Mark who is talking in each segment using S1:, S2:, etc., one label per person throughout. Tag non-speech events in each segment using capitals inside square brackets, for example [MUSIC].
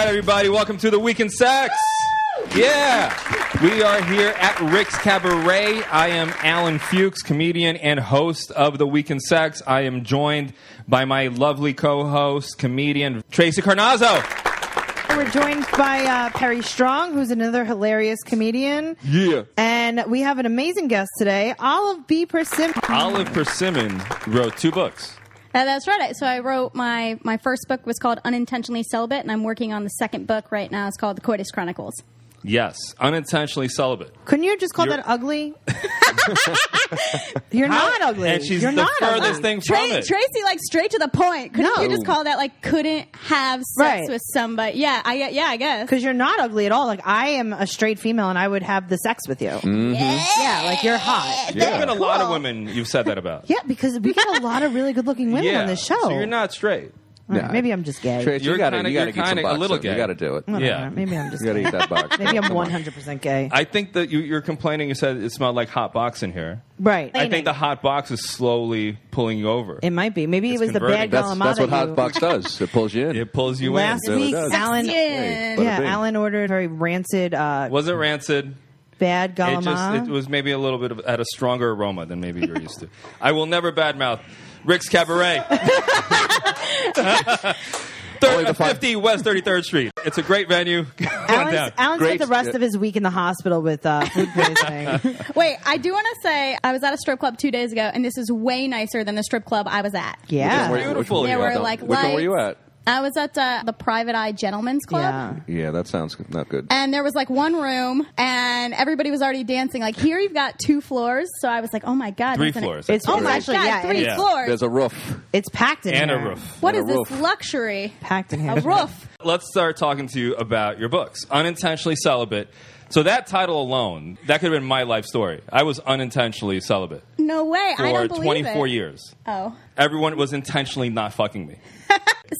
S1: everybody. Welcome to the Weekend Sex. Yeah. We are here at Rick's Cabaret. I am Alan Fuchs, comedian and host of The Weekend Sex. I am joined by my lovely co host, comedian Tracy Carnazzo.
S2: We're joined by uh, Perry Strong, who's another hilarious comedian.
S1: Yeah.
S2: And we have an amazing guest today, Olive B. Persimmon.
S1: Olive Persimmon wrote two books.
S3: Uh, that's right. So I wrote my my first book was called Unintentionally Celibate, and I'm working on the second book right now. It's called The Coitus Chronicles.
S1: Yes, unintentionally celibate.
S2: Couldn't you have just called
S1: You're- [LAUGHS]
S2: that ugly? You're not ugly.
S1: And she's
S2: You're
S1: the
S2: not
S1: furthest
S2: ugly.
S1: thing from
S3: Tra-
S1: it.
S3: Tracy, like straight to the point. Couldn't
S2: No.
S3: you just call that like couldn't have sex
S2: Right.
S3: with somebody? Yeah, I gue- yeah, I guess.
S2: Because you're not ugly at all. Like I am a straight female, and I would have the sex with you. Yeah, like you're hot.
S1: There's Mm-hmm. been a lot of women you've said that about.
S2: [LAUGHS] Yeah, because we get a lot of really good-looking women on this show.
S1: So you're not straight.
S2: All right,
S4: Nah.
S2: maybe I'm just gay.
S4: Trace,
S1: You're
S4: you gotta,
S1: kinda-
S4: you gotta
S1: you're
S4: get some
S1: kinda a
S4: box
S1: little
S4: in. You
S1: gay.
S4: gotta do it.
S2: I
S4: You
S2: don't
S1: Yeah.
S2: know. maybe I'm just.
S4: gotta
S2: Gay.
S4: eat that
S2: [LAUGHS]
S4: box.
S2: Maybe I'm
S4: Come on.
S2: 100 percent gay.
S1: I think that you, you're complaining. You said it smelled like hot box in here.
S2: right.
S1: I think the hot box is slowly pulling you over.
S2: it might be. Maybe it was the
S1: converting.
S2: bad girl.
S4: That's,
S2: I'm
S4: that's
S2: out
S4: what
S2: of you.
S4: hot box does. It pulls you in.
S1: It pulls you
S2: Last
S1: in.
S4: really
S2: week,
S4: does.
S2: Alan.
S3: Yeah.
S4: Hey,
S2: Yeah,
S4: Bada bing.
S2: Alan ordered very rancid uh,
S1: Was it rancid?
S2: bad
S1: It
S2: galama.
S1: just it was maybe a little bit of at a stronger aroma than maybe you're used to. I will never badmouth Rick's
S3: [LAUGHS]
S1: Cabaret.
S4: Only
S1: Third,
S4: the fi-
S1: 50 West 33rd Street. It's a great venue. [LAUGHS] Come on down.
S2: Alan, Alan spent
S4: Great.
S2: the rest of his week in the hospital with uh,
S1: [LAUGHS]
S2: food poisoning.
S3: Wait, I do want to say I was at a strip club two days ago, and this is way nicer than the strip club I was at.
S2: yeah.
S4: Which one were you- which
S1: Beautiful.
S4: one
S1: They
S4: you
S1: were
S4: at?
S3: like
S4: Which one were
S3: lights.
S4: you at?
S3: I was at uh, the Private Eye Gentlemen's Club.
S2: Yeah.
S4: Yeah, that sounds good- not good.
S3: and there was like one room and everybody was already dancing like here you've got two floors so i was like oh my god
S1: Three
S3: isn't it-
S1: floors.
S2: It's
S3: oh
S2: it's
S3: my
S2: actually,
S3: god
S2: yeah,
S3: three
S2: it's,
S1: Yeah.
S3: floors
S4: There's a roof.
S2: it's packed in
S1: and a
S2: here.
S1: roof.
S3: what is
S4: and a
S3: this
S4: roof.
S3: luxury
S2: Packed in here.
S1: [LAUGHS]
S3: a roof
S1: Let's start talking to you about your books, Unintentionally Celibate. So that title alone, that could have been my life story. I was unintentionally celibate
S3: no way
S1: for
S3: i don't believe
S1: 24
S3: it.
S1: years.
S3: oh
S1: Everyone was intentionally not fucking me.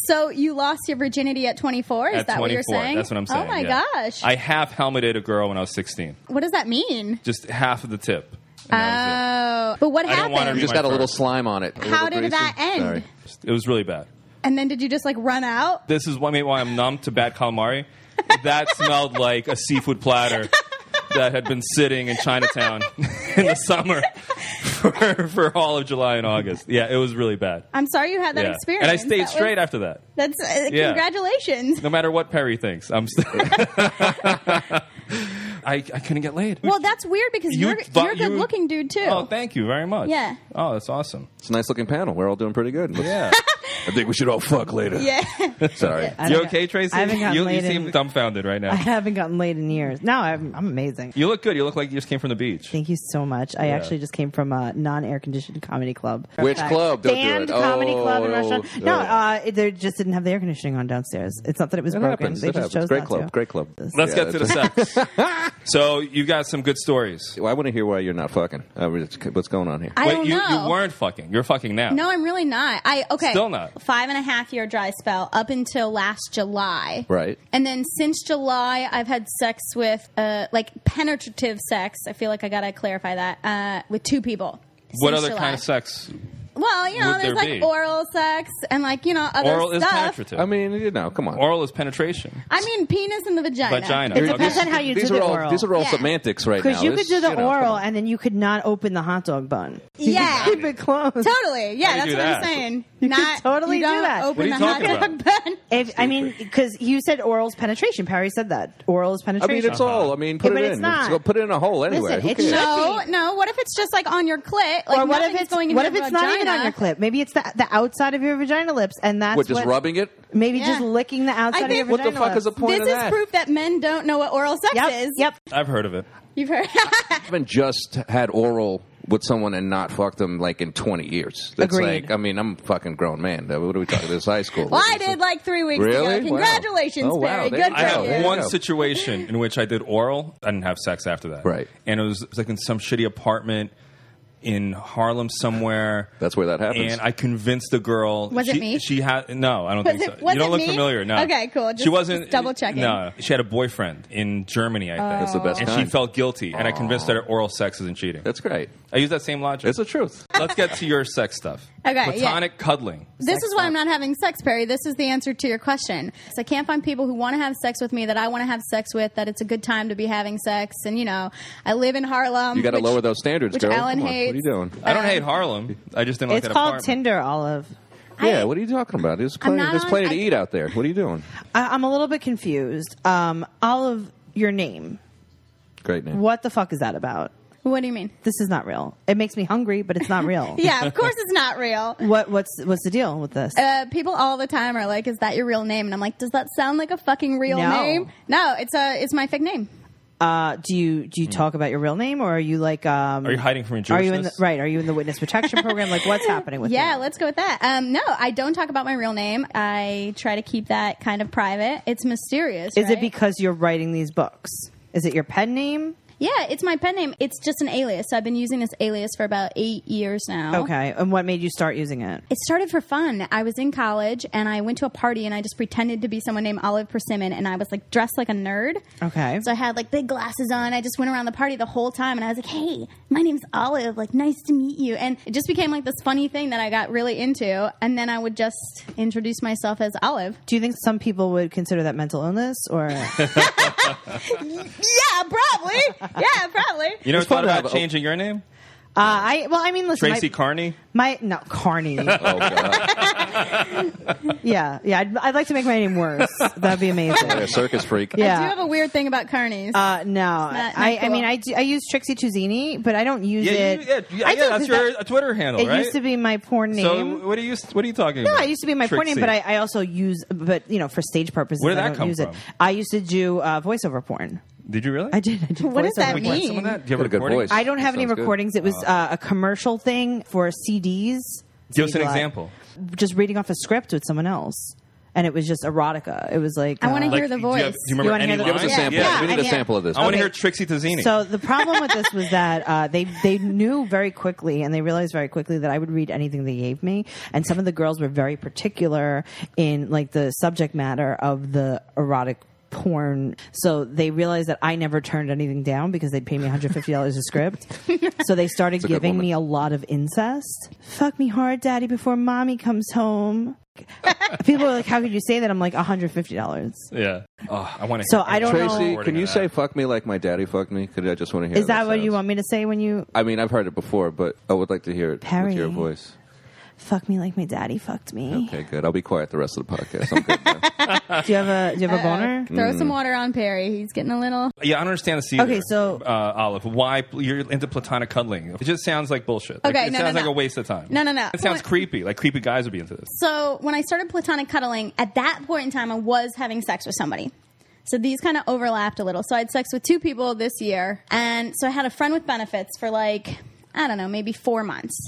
S3: so you lost your virginity at 24 is
S1: at
S3: that
S1: 24.
S3: what you're saying
S1: That's what I'm saying.
S3: oh my
S1: yeah.
S3: gosh
S1: I half helmeted a girl when I was 16.
S3: what does that mean
S1: Just half of the tip. And
S3: oh
S1: that
S3: but what
S1: I don't want
S3: happened
S1: to
S4: You just
S1: My
S4: got a little
S1: first.
S4: slime on it. A
S3: How
S4: little
S3: did
S4: greasy.
S3: that end?
S4: Sorry.
S1: was
S3: Uh,
S1: it. It was really bad.
S3: and then did you just like run out
S1: This is why- maybe why I'm numb to bad calamari.
S3: [LAUGHS]
S1: That smelled like a seafood platter that had been sitting in Chinatown [LAUGHS] in the summer for, for all of July and August. Yeah, it was really bad.
S3: i'm sorry you had that
S1: yeah.
S3: experience
S1: And I stayed
S3: That was-
S1: straight after that.
S3: that's uh,
S1: Yeah.
S3: congratulations
S1: No matter what Perry thinks, I'm [LAUGHS]
S3: [LAUGHS]
S1: still. I, I couldn't get laid.
S3: Well, that's weird because
S1: You
S3: you, are
S1: thought
S3: you're a
S1: you-
S3: good looking dude too.
S1: Oh, thank you very much.
S3: Yeah.
S1: Oh, that's
S3: [LAUGHS]
S1: awesome.
S4: It's a nice looking panel. We're all doing pretty good.
S1: Yeah.
S4: I think we should all fuck later.
S3: yeah.
S4: [LAUGHS]
S3: [LAUGHS]
S4: Sorry.
S2: I
S1: You
S2: don't-
S1: okay, Tracy?
S2: I haven't gotten
S1: you, you
S2: laid
S1: seem
S2: in-
S1: dumbfounded right
S2: [LAUGHS] I
S1: now.
S2: haven't gotten laid in years. No, I'm, I'm amazing.
S1: You look good. You look like you just came from the beach.
S2: Thank you so much. I actually just came from a non-air conditioned comedy club.
S4: Which
S2: Fact.
S4: club? Don't do
S2: Band
S4: it. Oh,
S2: comedy club and
S4: oh,
S2: restaurant.
S4: oh.
S2: No, uh, it- they just didn't have the air conditioning on downstairs. It's not that it was
S4: It
S2: broken.
S4: happens.
S2: They
S4: It
S2: just
S4: happens.
S2: chose
S4: Great
S2: not
S4: club.
S2: to.
S4: Great club.
S1: Let's
S4: Yeah,
S1: get to the
S4: that's
S1: sex.
S3: [LAUGHS]
S1: so you've got some good stories.
S4: Well, I want to hear why you're not fucking. Uh, what's going on here?
S3: I
S1: Wait,
S3: don't
S1: you,
S3: know.
S1: you weren't fucking. You're fucking now.
S3: No, I'm really not. I okay.
S1: Still not.
S3: Five and a half year dry spell up until last July.
S4: Right.
S3: And then since July, I've had sex with uh, like penetrative sex. I feel like I gotta clarify that uh, with two people.
S1: What
S3: since
S1: other
S3: July.
S1: kind of sex?
S3: Well, you know,
S1: would
S3: there's
S1: there
S3: like
S1: be?
S3: oral sex and like you know other
S1: Oral is
S3: stuff.
S1: penetrative.
S4: I mean, you know, come on.
S1: Oral is penetration.
S3: I mean, penis and the vagina.
S1: Vagina.
S2: It
S1: Okay.
S2: depends on how you
S4: these
S2: do
S4: are
S2: the
S4: all
S2: oral.
S4: these are all
S3: Yeah.
S4: semantics right now.
S2: because you could
S4: This-
S2: do the
S4: know, come
S2: oral
S4: on.
S2: and then you could not open the hot dog bun. You
S3: Yeah.
S2: could keep it closed.
S3: Totally. Yeah,
S1: How do
S3: that's
S1: you do
S3: what I'm
S1: that?
S3: saying.
S2: [LAUGHS] You
S3: Not
S2: could totally
S3: you
S2: do
S3: don't
S2: that.
S1: What
S3: Open the
S1: are you
S3: hot
S1: talking
S3: dog bun.
S2: If I mean, because you said oral's penetration. Perry said that oral's
S4: I
S2: penetration.
S4: mean, it's all. I mean, put
S2: Yeah, but
S4: it
S2: it's
S4: in.
S2: not.
S4: Let's go put it in a hole anyway.
S2: Listen,
S4: Who
S2: it
S4: cares?
S2: should-
S3: [LAUGHS] No,
S2: Should be.
S3: no. What if it's just like on your clit? Like
S2: or what if
S3: nothing's
S2: it's
S3: going into
S2: what if
S3: your
S2: it's not even on
S3: vagina?
S2: your clip? Maybe it's the, the outside of your vagina lips, and that's
S4: What, just
S2: what-
S4: rubbing it?
S2: Maybe
S3: Yeah.
S2: just licking the outside of
S3: think-
S2: your
S4: What
S2: vagina.
S4: the fuck is the
S2: lips.
S4: point
S3: This
S4: of
S3: is
S4: that?
S3: proof that men don't know what oral sex
S2: Yep.
S3: is.
S2: Yep.
S1: I've heard of it.
S3: You've heard. [LAUGHS]
S4: I haven't just had oral with someone and not fucked them like in 20 years. That's
S2: Agreed.
S4: like, I mean, I'm a fucking grown man. Uh, What are we talking? This is high school.
S3: well, I did like three weeks
S4: Really?
S3: ago.
S4: Wow.
S3: Congratulations,
S4: Oh, wow.
S3: Barry.
S4: They-
S3: Good
S1: I
S4: Yeah,
S3: for
S1: have
S4: there
S3: you.
S4: you
S1: one
S4: go.
S1: situation in which I did oral. I didn't have sex after that.
S4: Right.
S1: And it was, it was like in some shitty apartment. in Harlem somewhere.
S4: That's where that happens.
S1: And I convinced the girl.
S3: Was it
S1: she,
S3: me?
S1: She had no. I don't
S3: Was
S1: think so.
S3: it- was
S1: you don't
S3: it
S1: look
S3: me?
S1: familiar. No.
S3: Okay, cool.
S1: she
S3: Just-
S1: wasn't
S3: just double checking.
S1: No, she had a boyfriend in Germany. I think
S4: That's the best
S1: And she
S4: kind.
S1: felt guilty, and I convinced her that oral sex isn't cheating.
S4: That's great.
S1: I use that same logic.
S4: It's the truth.
S1: Let's get to your sex stuff.
S3: Okay, yeah.
S1: Platonic cuddling.
S3: This is why I'm not having sex, Perry. This is the answer to your question. So I can't find people who want to have sex with me that I want to have sex with. That it's a good time to be having sex, and you know, I live in Harlem.
S4: You got to
S3: which-
S4: lower those standards,
S3: which
S4: girl.
S3: Alan
S4: Come on,
S3: hates.
S4: What are you doing?
S1: I
S3: Um,
S1: don't hate Harlem. I just didn't like
S2: it's
S1: that
S2: called
S1: apartment.
S2: Tinder, Olive.
S4: yeah, what are you talking about? There's plenty,
S3: not
S4: there's
S3: on-
S4: plenty to
S3: I-
S4: eat out there. What are you doing?
S2: I, I'm a little bit confused. Um, Olive, your name.
S4: Great name.
S2: What the fuck is that about?
S3: What do you mean?
S2: This is not real. It makes me hungry, but it's not real.
S3: [LAUGHS] Yeah, of course it's not
S4: [LAUGHS]
S3: real.
S2: What what's what's the deal with this?
S3: Uh, people all the time are like, "Is that your real name?" And I'm like, "Does that sound like a fucking real
S2: No.
S3: name?" No, it's a it's my fake name.
S2: Uh, do you do you talk about your real name or are you like um
S1: Hmm. Are you hiding from your
S2: Are you in the,
S1: Jewishness?
S2: right? Are you in the witness protection program? Like what's happening with
S3: [LAUGHS] Yeah,
S2: you?
S3: let's go with that. Um, no, I don't talk about my real name. I try to keep that kind of private. It's mysterious.
S2: Is
S3: right?
S2: it because you're writing these books? Is it your pen name?
S3: Yeah, it's my pen name. It's just an alias. So I've been using this alias for about eight years now.
S2: Okay, and what made you start using it?
S3: It started for fun. I was in college and I went to a party and I just pretended to be someone named Olive Persimmon and I was like dressed like a nerd.
S2: Okay,
S3: So I had like big glasses on. I just went around the party the whole time and I was like, hey, my name's Olive. Like, nice to meet you. And it just became like this funny thing that I got really into. And then I would just introduce myself as Olive.
S2: do you think some people would consider that mental illness
S1: [LAUGHS]
S2: or? uh,
S3: Yeah, probably. yeah, probably.
S1: You never
S4: It's fun
S1: thought
S4: to
S1: about
S4: have a-
S1: changing your name?
S2: Uh, I well, I mean, listen,
S1: Tracy
S2: my,
S1: Carney?
S2: my no Carney.
S1: [LAUGHS]
S4: Oh, God.
S2: yeah, yeah. I'd, I'd like to make my name worse. That'd be
S4: You're a
S2: amazing.
S4: circus freak.
S3: I
S2: Yeah.
S3: do have a weird thing about carnies.
S2: Uh, no,
S3: not
S2: I, I
S3: cool.
S2: mean, I, do, I use Trixie Tuzzini, but I don't use
S1: Yeah,
S2: it.
S1: you, yeah, yeah,
S2: I
S1: yeah,
S2: do,
S1: that's
S2: 'cause
S1: your
S2: that-
S1: uh, Twitter handle,
S2: It
S1: right?
S2: used to be my porn name.
S1: So what are you what are you talking
S2: No,
S1: about?
S2: it used to be my porn name,
S1: Trixie.
S2: but I, I also use, but you know, for stage purposes,
S1: Where did
S2: I
S1: that
S2: don't
S1: come
S2: use it.
S1: from?
S2: I used to do uh, voiceover porn.
S1: Did you really?
S2: I did. I did
S3: What does
S2: voiceover porn.
S3: that
S1: Can we play some of
S3: mean?
S1: that? Do you have a
S4: Got a good
S1: recording?
S4: voice.
S2: I don't have any
S4: Sounds good.
S2: recordings. It was uh, a commercial thing for CDs.
S1: Give us an
S2: Like,
S1: example.
S2: Just reading off a script with someone else, and it was just erotica. It was like
S3: I wanna
S2: uh,
S3: Like, hear the
S1: do you have-
S3: voice.
S1: Do you remember
S2: You wanna
S1: any
S2: hear the
S1: lines?
S4: Give
S3: Yeah.
S4: us a sample.
S3: Yeah,
S4: we need
S3: I-
S4: a sample of this.
S1: I want to
S2: Okay.
S1: hear Trixie Tazzini.
S2: So the problem with this was that uh, they they knew very quickly, and they realized very quickly that I would read anything they gave me. And some of the girls were very particular in like the subject matter of the erotic porn. So they realized that I never turned anything down because they'd pay me $150 a script. so they started
S4: a good
S2: giving
S4: woman.
S2: me a lot of incest. Fuck me hard, daddy, before mommy comes home. People are like, how could you say that? I'm like, $150.
S1: yeah. Oh, I want to.
S2: So I don't know-
S4: Tracy,
S1: Recording
S4: can you
S1: of
S4: say
S1: that.
S4: "fuck me" like my daddy fucked me? Could I just want to hear?
S2: Is that what
S4: sounds.
S2: you want me to say when you
S4: I mean, I've heard it before, but I would like to hear it
S2: Perry.
S4: with your voice.
S2: fuck me like my daddy fucked me?
S4: Okay, good. I'll be quiet the rest of the podcast. I'm good now.
S2: Do you have a do you have a boner?
S3: Throw some water on Perry. He's getting a little.
S1: Yeah, I don't understand the either.
S2: Okay, so-
S1: uh, Olive, why pl- you're into platonic cuddling? It just sounds like bullshit. Like,
S3: Okay,
S1: it
S3: no, no,
S1: sounds like
S3: no.
S1: a waste of time.
S3: No, no, no.
S1: It sounds
S3: Well-
S1: creepy. Like creepy guys would be into this.
S3: So when I started platonic cuddling, at that point in time, I was having sex with somebody. So these kind of overlapped a little. So I had sex with two people this year, and so I had a friend with benefits for like I don't know, maybe four months.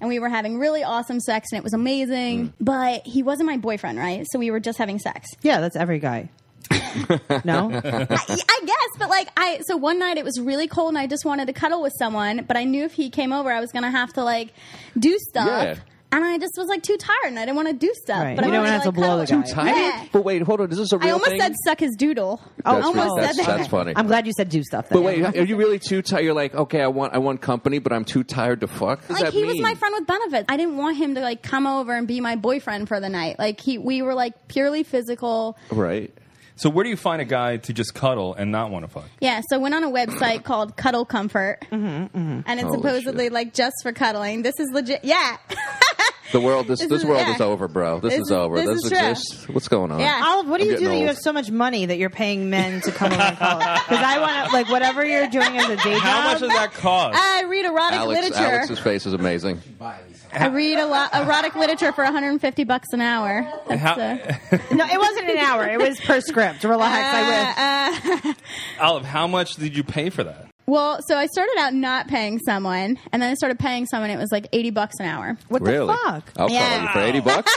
S3: And we were having really awesome sex, and it was amazing. But he wasn't my boyfriend, right? So we were just having sex.
S2: [LAUGHS] Yeah, that's every
S4: [LAUGHS]
S2: guy. no,
S3: I, I guess, but like I so one night it was really cold and I just wanted to cuddle with someone, but I knew if he came over I was gonna have to like do stuff.
S4: Yeah.
S3: And I just was like too tired and I didn't want to do stuff.
S2: Right.
S3: But
S2: You
S3: I
S2: don't
S3: wanted
S2: have to
S3: like,
S2: blow
S3: cuddle.
S2: the guy. Too
S4: Tired?
S3: Yeah.
S4: But wait, hold on. Is this a real
S3: I almost
S4: thing?
S3: said suck his doodle.
S2: oh,
S4: That's
S2: almost.
S4: really- that's-
S2: said that.
S4: that's funny.
S2: I'm glad you said do stuff. Then.
S4: but wait, are you really too tired? You're like, okay, I want, I want company, but I'm too tired to fuck. What does
S3: Like
S4: that
S3: he was
S4: mean?
S3: my friend with benefits. I didn't want him to like come over and be my boyfriend for the night. Like he we were like purely physical.
S4: right?
S1: So where do you find a guy to just cuddle and not want to fuck?
S3: Yeah, so I went on a website [COUGHS] called Cuddle Comfort.
S2: Mm-hmm,
S3: And it's
S4: Holy
S3: supposedly
S4: shit.
S3: like just for cuddling. This is legit. Yeah. [LAUGHS]
S4: The world, this,
S3: This
S4: this,
S3: is-
S4: world
S3: yeah.
S4: is over, bro. This,
S3: This
S4: is
S3: is-
S4: over.
S3: this
S4: This,
S3: is true.
S4: exists. What's going on?
S3: Yeah.
S2: [LAUGHS] Olive, what do
S4: I'm
S2: you do
S4: getting
S2: that you
S4: old.
S2: have so much money that you're paying men to come over and
S4: [LAUGHS]
S2: call? Because I want to like whatever you're doing as a day job.
S1: How much does that cost?
S3: I Uh, read erotic
S4: Alex,
S3: literature.
S4: Alex's face is amazing.
S3: I read a lot erotic literature for 150 bucks an hour. That's
S1: How-
S3: uh,
S2: no, it wasn't an hour. It was per script. Relax.
S4: Uh,
S2: I
S3: Uh,
S2: wish.
S1: Olive, how much did you pay for that?
S3: well, so I started out not paying someone, and then I started paying someone. It was like 80 bucks an hour.
S2: What
S4: really? Oh.
S2: the fuck?
S4: I'll cuddle
S3: Yeah.
S4: you for
S3: [LAUGHS]
S4: eighty bucks.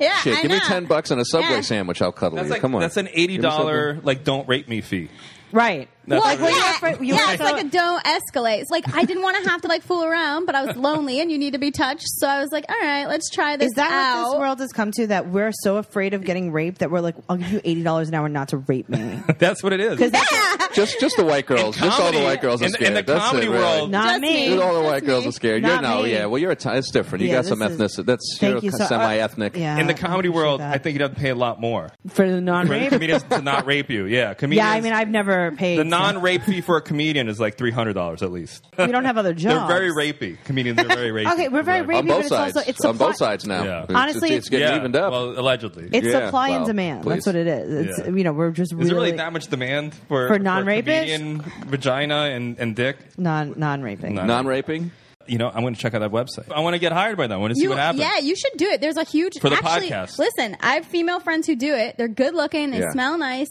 S3: Yeah,
S4: Shit,
S3: I
S4: give me
S3: know.
S4: ten bucks and a Subway
S3: Yeah.
S4: sandwich. I'll cuddle
S1: That's
S4: you.
S1: like
S4: Come on.
S1: that's an
S4: Give me
S1: eighty
S4: something.
S1: dollar like don't rape me fee. [LAUGHS]
S2: Right.
S1: That's
S3: well,
S1: what it is.
S3: yeah,
S2: you're afraid- you
S3: yeah,
S2: wanna
S3: it's
S2: go-
S3: like a don't escalate. It's like I didn't want to have to like fool around, but I was lonely and you need to be touched. So I was like, all right, let's try this
S2: Is that
S3: out.
S2: what this world has come to? That we're so afraid of getting raped that we're like, I'll give you eighty dollars an hour not to rape me.
S1: That's what it is.
S4: [LAUGHS] Just just the white girls. Just all the
S1: comedy-
S4: white girls are
S1: in the-
S4: scared.
S1: in the
S4: That's
S1: comedy
S4: it, really.
S1: world-
S2: Not
S3: Just
S2: me.
S3: me.
S4: All the white
S3: That's
S4: girls
S3: me.
S4: are scared.
S2: Not
S4: you're no,
S2: me.
S4: yeah. Well, you're a t- it's different. You
S2: Yeah,
S4: got some
S2: this is-
S4: ethnicity. That's
S2: Thank
S4: you're
S2: you. So I-
S4: semi-ethnic.
S2: Yeah.
S1: in the
S2: I
S1: comedy
S2: appreciate
S1: world,
S2: that.
S1: I think you'd have to pay a lot more
S2: for the non
S1: for the
S2: rape.
S1: comedians to not rape you. Yeah, comedians.
S2: [LAUGHS] yeah, I mean, I've never paid.
S1: the
S2: so-
S1: non-rape fee for a comedian is like three hundred dollars at least. [LAUGHS]
S2: We don't have other
S1: They're
S2: jobs.
S1: very rapey. Comedians are very rapey.
S2: [LAUGHS] Okay, we're very
S4: On
S2: Maybe, but
S4: both
S2: it's
S4: sides.
S2: also- it's
S4: on
S2: supply-
S4: both sides now.
S1: Yeah.
S4: It's-
S2: Honestly,
S4: it's, it's getting
S1: Yeah,
S4: evened up.
S1: Well, allegedly.
S2: It's
S4: Yeah,
S2: supply and
S4: well,
S2: demand.
S4: please.
S2: That's what it is. It's
S1: Yeah.
S2: you know we're just
S1: Is there
S2: really
S1: really that much demand for
S2: For
S1: a
S2: non-rapists?
S1: comedian vagina and, and dick?
S2: non non raping.
S1: No.
S4: non-raping.
S1: You know, I'm going to check out that website. I want to get hired by them. I want to see
S3: You-
S1: what happens.
S3: Yeah, you should do it. There's a huge
S1: For the
S3: actually,
S1: podcast.
S3: Listen, I have female friends who do it. They're good looking. They
S4: Yeah.
S3: smell nice.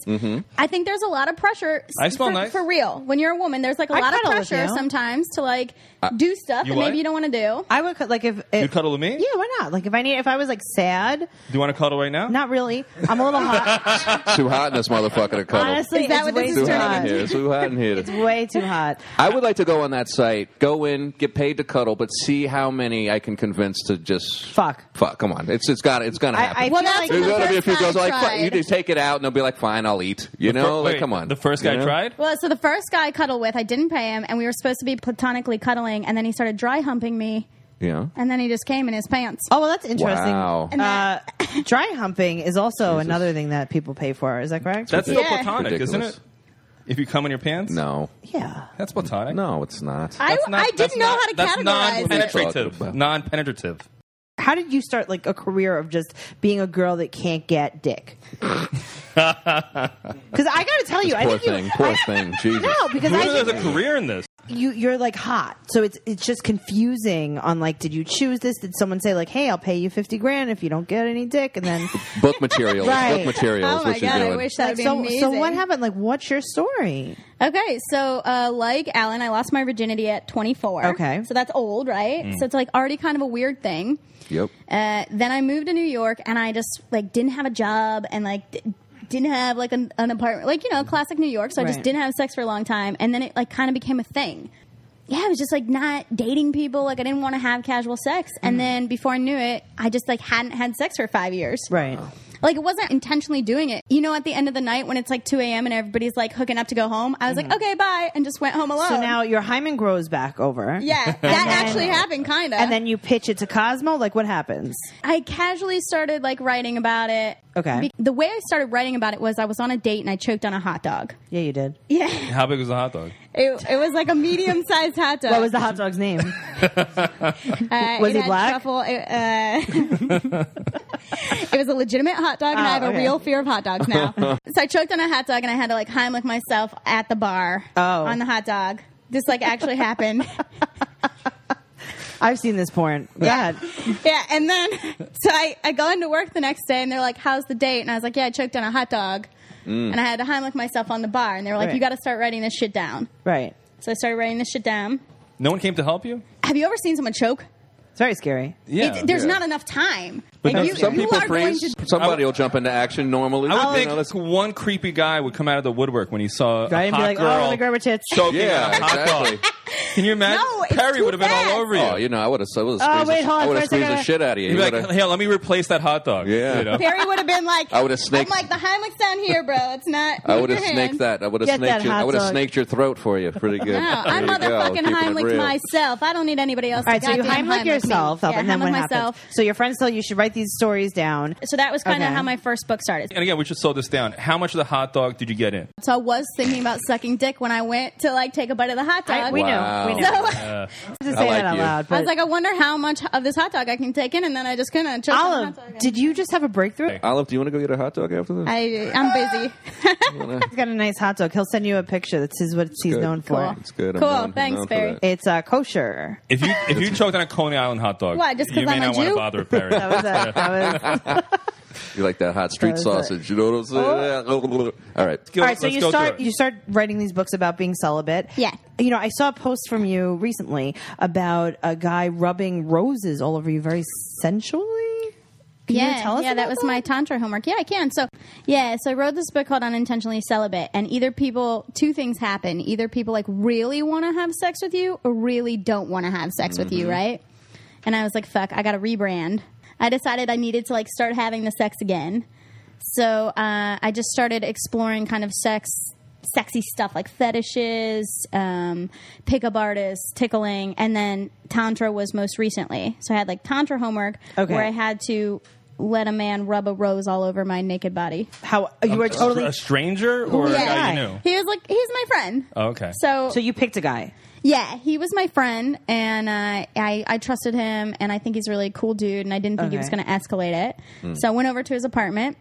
S3: I think there's a lot of pressure. s-
S1: Mm-hmm. I smell
S3: for,
S1: nice.
S3: for real. When you're a woman, there's like a
S2: I
S3: lot of
S2: cuddle with
S3: pressure
S2: you.
S3: sometimes to like do stuff
S1: Uh, You
S3: that
S1: what?
S3: maybe you don't want to do.
S2: I would cut like if it,
S1: You cuddle with me?
S2: Yeah, why not? Like if I need if I was like sad,
S1: Do you want to cuddle right now?
S2: not really. I'm a little hot.
S4: Too hot
S1: [LAUGHS]
S4: in this motherfucker to cuddle.
S2: Honestly,
S3: Is that
S2: it's
S3: what
S2: way
S3: this
S4: too
S3: is
S2: too
S3: turning
S4: hot in
S2: hot.
S4: here. It's too hot
S1: [LAUGHS]
S4: in here.
S2: It's way too hot.
S4: I would like to go on that site, go in, get paid to cuddle, but see how many I can convince to just
S2: Fuck.
S4: Fuck, come on, it's it's got it's gonna
S2: I-
S4: happen.
S2: I
S3: Well,
S2: feel
S3: that's
S2: like-
S3: what
S4: There's
S3: the
S4: gonna be a
S3: first
S4: few
S3: guy
S4: girls like, fuck,
S3: tried.
S4: you just take it out, and they'll be like, fine, I'll eat. You know, like
S1: Wait,
S4: come on.
S1: The first guy
S4: You know?
S1: tried?
S3: Well, so the first guy I cuddled with, I didn't pay him, and we were supposed to be platonically cuddling, and then he started dry humping me,
S4: Yeah.
S3: and then he just came in his pants.
S2: Oh well, that's interesting.
S4: Wow. And
S2: Uh, dry humping is also
S4: Jesus.
S2: another thing that people pay for. Is that correct?
S1: That's still
S3: Yeah.
S1: platonic, isn't
S4: Ridiculous.
S1: it? If you come in your pants?
S4: No,
S2: yeah.
S1: That's platonic.
S4: no, it's not.
S3: I,
S1: That's not-
S3: I
S1: that's
S3: didn't know
S1: not-
S3: how to
S1: that's
S3: categorize it.
S1: non-penetrative.
S4: Talk about-
S1: Non-penetrative.
S2: How did you start like a career of just being a girl that can't get
S4: [LAUGHS]
S2: dick? Because I got to tell you, I
S4: poor
S2: think you
S4: thing, poor
S2: [LAUGHS]
S4: thing. Jesus.
S2: no because
S1: Who
S2: I
S1: knew
S4: [LAUGHS]
S1: there's
S2: think
S1: a career in this?
S2: you you're like hot so it's it's just confusing on like did you choose this did someone say like hey i'll pay you 50 grand if you don't get any dick and then
S4: Book materials.
S2: Right.
S4: Book materials.
S3: Oh
S4: what
S3: my
S4: you
S3: god!
S4: doing?
S3: I wish
S2: like,
S3: that would be
S2: so,
S3: amazing.
S2: so what happened like what's your story
S3: Okay, so uh, like Alan, I lost my virginity at 24.
S2: Okay.
S3: so that's old, right? So it's like already kind of a weird thing.
S4: Yep.
S3: Uh, then I moved to New York, and I just like didn't have a job, and like d- didn't have like an, an apartment, like you know, classic New York. So I
S2: Right.
S3: just didn't have sex for a long time, and then it like kind of became a thing. Yeah, I was just like not dating people. Like I didn't want to have casual sex,
S2: Mm.
S3: and then before I knew it, I just like hadn't had sex for five years.
S2: right
S3: Like it wasn't intentionally doing it. You know, at the end of the night when it's like 2 a.m. and everybody's like hooking up to go home, I was like, okay, bye, and just went home alone.
S2: Mm-hmm. so now your hymen grows back over [LAUGHS]
S3: yeah, that actually happened, kind of.
S2: and then you pitch it to cosmo like what happens
S3: I casually started like writing about it.
S2: Okay.
S3: Be- the way I started writing about it was I was on a date and I choked on a hot dog.
S2: yeah you did
S3: Yeah.
S1: How big was the hot dog?
S3: It, it was like a medium sized hot dog.
S2: what was the hot dog's name
S3: Uh,
S2: was
S3: it
S2: he
S3: had
S2: black?
S3: truffle. It, uh, [LAUGHS] it was a legitimate hot dog, and
S2: Oh,
S3: I have
S2: okay.
S3: a real fear of hot dogs
S2: [LAUGHS]
S3: now. so I choked on a hot dog, and I had to like Heimlich myself at the bar
S2: Oh.
S3: on the hot dog. This like actually
S2: [LAUGHS]
S3: happened.
S2: i've seen this porn yeah
S3: Yeah, and then so I, I go into work the next day, and they're like, "How's the date?" And I was like, "Yeah, I choked on a hot dog." And I had to Heimlich myself on the bar, and they were like,
S2: Mm. Right.
S3: "You got to start writing this shit down."
S2: right
S3: So I started writing this shit down.
S1: No one came to help you?
S3: Have you ever seen someone choke?
S2: it's very scary
S1: Yeah.
S3: It's- there's
S4: yeah.
S3: not enough time.
S1: But
S3: Like,
S1: no,
S3: you,
S4: Some
S3: you
S4: people
S3: are going
S4: freeze.
S3: to
S4: Somebody
S1: I-
S4: will jump into action normally.
S1: I would
S4: You
S1: think
S4: know, that's-
S1: one creepy guy would come out of the woodwork when he saw a
S2: right and be
S1: hot
S2: like
S1: girl
S2: oh i want to grab her tits
S1: choking
S4: yeah,
S1: on a hot
S4: exactly.
S1: dog. Can you imagine?
S3: No, it's
S1: Perry
S3: too
S1: would have been
S3: fast.
S1: all over you.
S4: Oh, you know, I would have. I would
S2: Oh,
S4: have
S2: wait,
S4: squeezed,
S2: hold
S4: I
S2: on
S4: would've
S2: first, I
S4: squeezed the
S2: gotta-
S4: shit out of you.
S1: You'd
S4: You
S1: be like,
S4: would've-
S1: hey, let me replace that hot dog.
S4: Yeah.
S1: You know?
S3: Perry would have been like,
S4: I would've snaked-
S3: I'm like the Heimlich's down here, bro. It's not.
S4: I
S3: leave
S4: would have
S3: your
S4: snaked
S3: hand."
S4: that. I would have
S2: Get that
S4: snaked your. I
S2: hot
S4: would have
S2: dog.
S4: snaked your throat for you. Pretty good.
S3: No, I
S4: There you go,
S3: Oh, motherfucking
S4: keeping it
S3: Heimlich
S4: real.
S3: myself. I don't need anybody else.
S2: All
S3: to
S2: right, so you
S3: goddamn
S2: Heimlich
S3: me.
S2: yourself,
S3: Yeah,
S2: and then what
S3: Heimlich
S2: happens?
S3: myself.
S2: So your friends tell you should write these stories down.
S3: So that was kind of
S2: Okay.
S3: how my first book started.
S1: And again, we should slow this down. How much of the hot dog did you get in?
S3: So I was thinking about sucking dick when I went to like take a bite of the hot dog.
S2: I, we
S4: Wow.
S2: know, we know.
S3: so
S2: I
S3: [LAUGHS]
S2: have to
S4: I
S2: say
S4: like
S2: that out
S4: you.
S2: loud. But
S3: I was like, I wonder how much of this hot dog I can take in, and then I just couldn't. I choked on the
S2: Olive,
S3: hot dog.
S2: did you just have a breakthrough?
S1: Hey.
S4: Olive, do you want to go get a hot dog after this?
S3: I, I'm busy.
S2: He's got a nice hot dog. He'll send you a picture. This is what he's
S4: good.
S2: known for.
S3: Cool.
S4: It's good. I'm
S3: Cool,
S4: known- I'm
S3: thanks,
S4: known for
S3: Barry.
S4: that.
S2: It's uh, kosher.
S1: If you if you choked on a Coney Island hot dog,
S3: Why, just 'cause
S1: you may
S3: I'm a
S1: not want to
S3: Jew?
S1: bother with Perry.
S2: That was, uh, that was.
S4: You like that hot street
S2: That was
S4: sausage? You know what I'm saying? All right.
S1: Go-
S2: All right, so
S1: let's
S2: you
S1: go
S2: start
S1: through it.
S2: you start writing these books about being celibate.
S3: Yeah.
S2: You know, I saw a post from you recently about a guy rubbing roses all over you very sensually. Can
S3: yeah,
S2: you tell us?
S3: yeah, that
S2: about
S3: was my tantra homework. Yeah, I can. So, yeah, so I wrote this book called Unintentionally Celibate, and either people, two things happen: either people like really want to have sex with you, or really don't want to have sex with you, right? And I was like, fuck, I got to rebrand. I decided I needed to like start having the sex again. So uh, I just started exploring kind of sex, sexy stuff like fetishes, um, pickup artists, tickling, and then tantra was most recently. So I had like tantra homework
S2: Okay.
S3: where I had to let a man rub a rose all over my naked body.
S2: how you were totally.
S1: a stranger or
S2: was
S1: a
S2: the
S1: guy
S2: guy?
S1: you knew?
S3: He was like, he's my friend.
S1: Oh, okay.
S3: So,
S2: So you picked a guy.
S3: yeah, he was my friend, and uh, I I trusted him, and I think he's a really cool dude, and I didn't think he was
S2: Okay.
S3: going to escalate it.
S4: Hmm.
S3: So I went over to his apartment,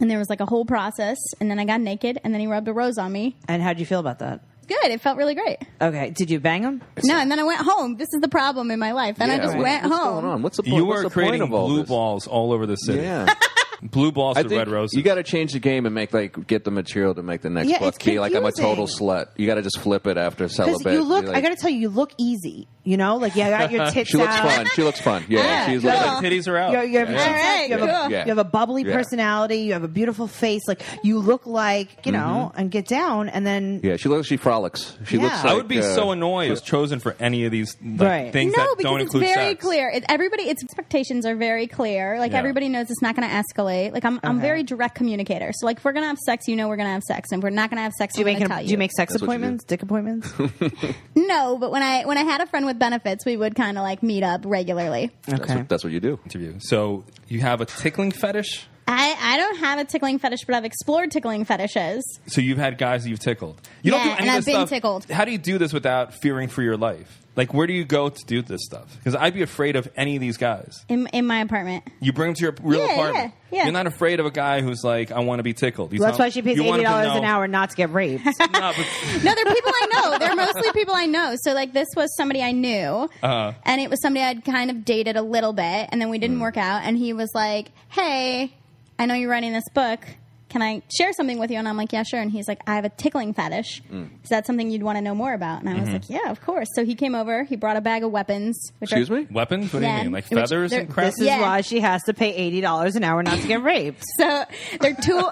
S3: and there was like a whole process, and then I got naked, and then he rubbed a rose on me.
S2: And how would you feel about that?
S3: Good, it felt really great.
S2: Okay. Did you bang him?
S3: No, and then I went home. This is the problem in my life. Then I
S4: Yeah,
S3: just
S4: what-
S3: went
S4: what's
S3: home.
S4: going on? What's the point?
S1: you
S4: what's
S1: were
S4: the
S1: creating
S4: point of all
S1: blue
S4: this?
S1: balls all over the city.
S4: Yeah.
S1: Blue balls
S4: I
S1: to
S4: think
S1: red roses.
S4: You got to change the game and make like get the material to make the next
S2: Yeah,
S4: book
S2: it's
S4: key. Like I'm a total
S2: confusing.
S4: slut. You got to just flip it after
S2: Because
S4: celibate.
S2: you look.
S4: You're like-
S2: I got to tell you, you look easy. You know, like you got
S4: [LAUGHS]
S2: your tits
S4: she looks
S2: out.
S4: fun. She looks fun. Yeah,
S2: Yeah,
S4: she's
S2: yeah.
S4: like
S1: The titties are out.
S2: You, you have, your
S3: Yeah.
S2: chin
S3: All
S2: up,
S3: right,
S2: you, have
S3: cool.
S2: a,
S4: Yeah.
S2: you have a bubbly
S4: Yeah.
S2: personality. You have a beautiful face. Like you look like you know, and get down, and then
S4: Mm-hmm. yeah. She looks. She frolics. She
S2: Yeah.
S4: looks.
S2: I
S4: Like,
S1: I would be
S4: uh,
S1: so annoyed if I was chosen for any of these like,
S2: Right.
S1: things
S3: no,
S1: that don't
S3: because it's
S1: include
S3: very
S1: sex.
S3: clear. It, everybody, its expectations are very clear. Like
S1: Yeah.
S3: everybody knows it's not going to escalate. Like I'm, I'm
S2: Okay.
S3: very direct communicator. So like if we're going to have sex, you know we're going to have sex, and if we're not going to have sex.
S2: do you
S3: I'm
S2: make
S3: gonna
S2: an,
S3: tell
S2: do you make sex
S4: That's what you
S2: appointments, dick appointments?
S4: [LAUGHS]
S3: No, but when I when I had a friend with benefits, we would kind of like meet up regularly.
S4: That's, what, that's what you do.
S1: Interview. So you have a tickling fetish.
S3: I, I don't have a tickling fetish, but I've explored tickling fetishes.
S1: So you've had guys that you've tickled. You don't
S3: Yeah,
S1: do any
S3: and
S1: of this
S3: I've been
S1: stuff.
S3: tickled.
S1: How do you do this without fearing for your life? Like, where do you go to do this stuff? Because I'd be afraid of any of these guys.
S3: In, in my apartment.
S1: You bring them to your real
S3: Yeah,
S1: apartment.
S3: yeah, yeah.
S1: You're not afraid of a guy who's like, I want to be tickled. You
S2: That's
S1: tell-
S2: why she pays
S1: you want
S2: eighty
S1: him to
S2: dollars an
S1: know-
S2: hour not to get
S3: [LAUGHS]
S1: [LAUGHS]
S2: raped.
S1: No, but-
S3: No, they're people I know. They're mostly people I know. So like this was somebody I knew,
S1: Uh-huh.
S3: and it was somebody I'd kind of dated a little bit, and then we
S4: Mm.
S3: didn't work out. And he was like, "Hey, I know you're writing this book. Can I share something with you?" And I'm like, "Yeah, sure." And he's like, "I have a tickling fetish.
S4: Mm.
S3: Is that something you'd want to know more about?" And I was
S4: Mm-hmm.
S3: like, "Yeah, of course." So he came over. He brought a bag of weapons. Which
S4: Excuse
S3: are,
S4: me.
S1: weapons? What do
S3: Yeah.
S1: you mean? Like
S3: Which-
S1: feathers and
S3: they're-
S1: crap?
S2: This is
S3: Yeah.
S2: why she has to pay eighty dollars an hour not to
S3: [LAUGHS]
S2: get raped.
S3: So they're
S1: [LAUGHS]
S3: two.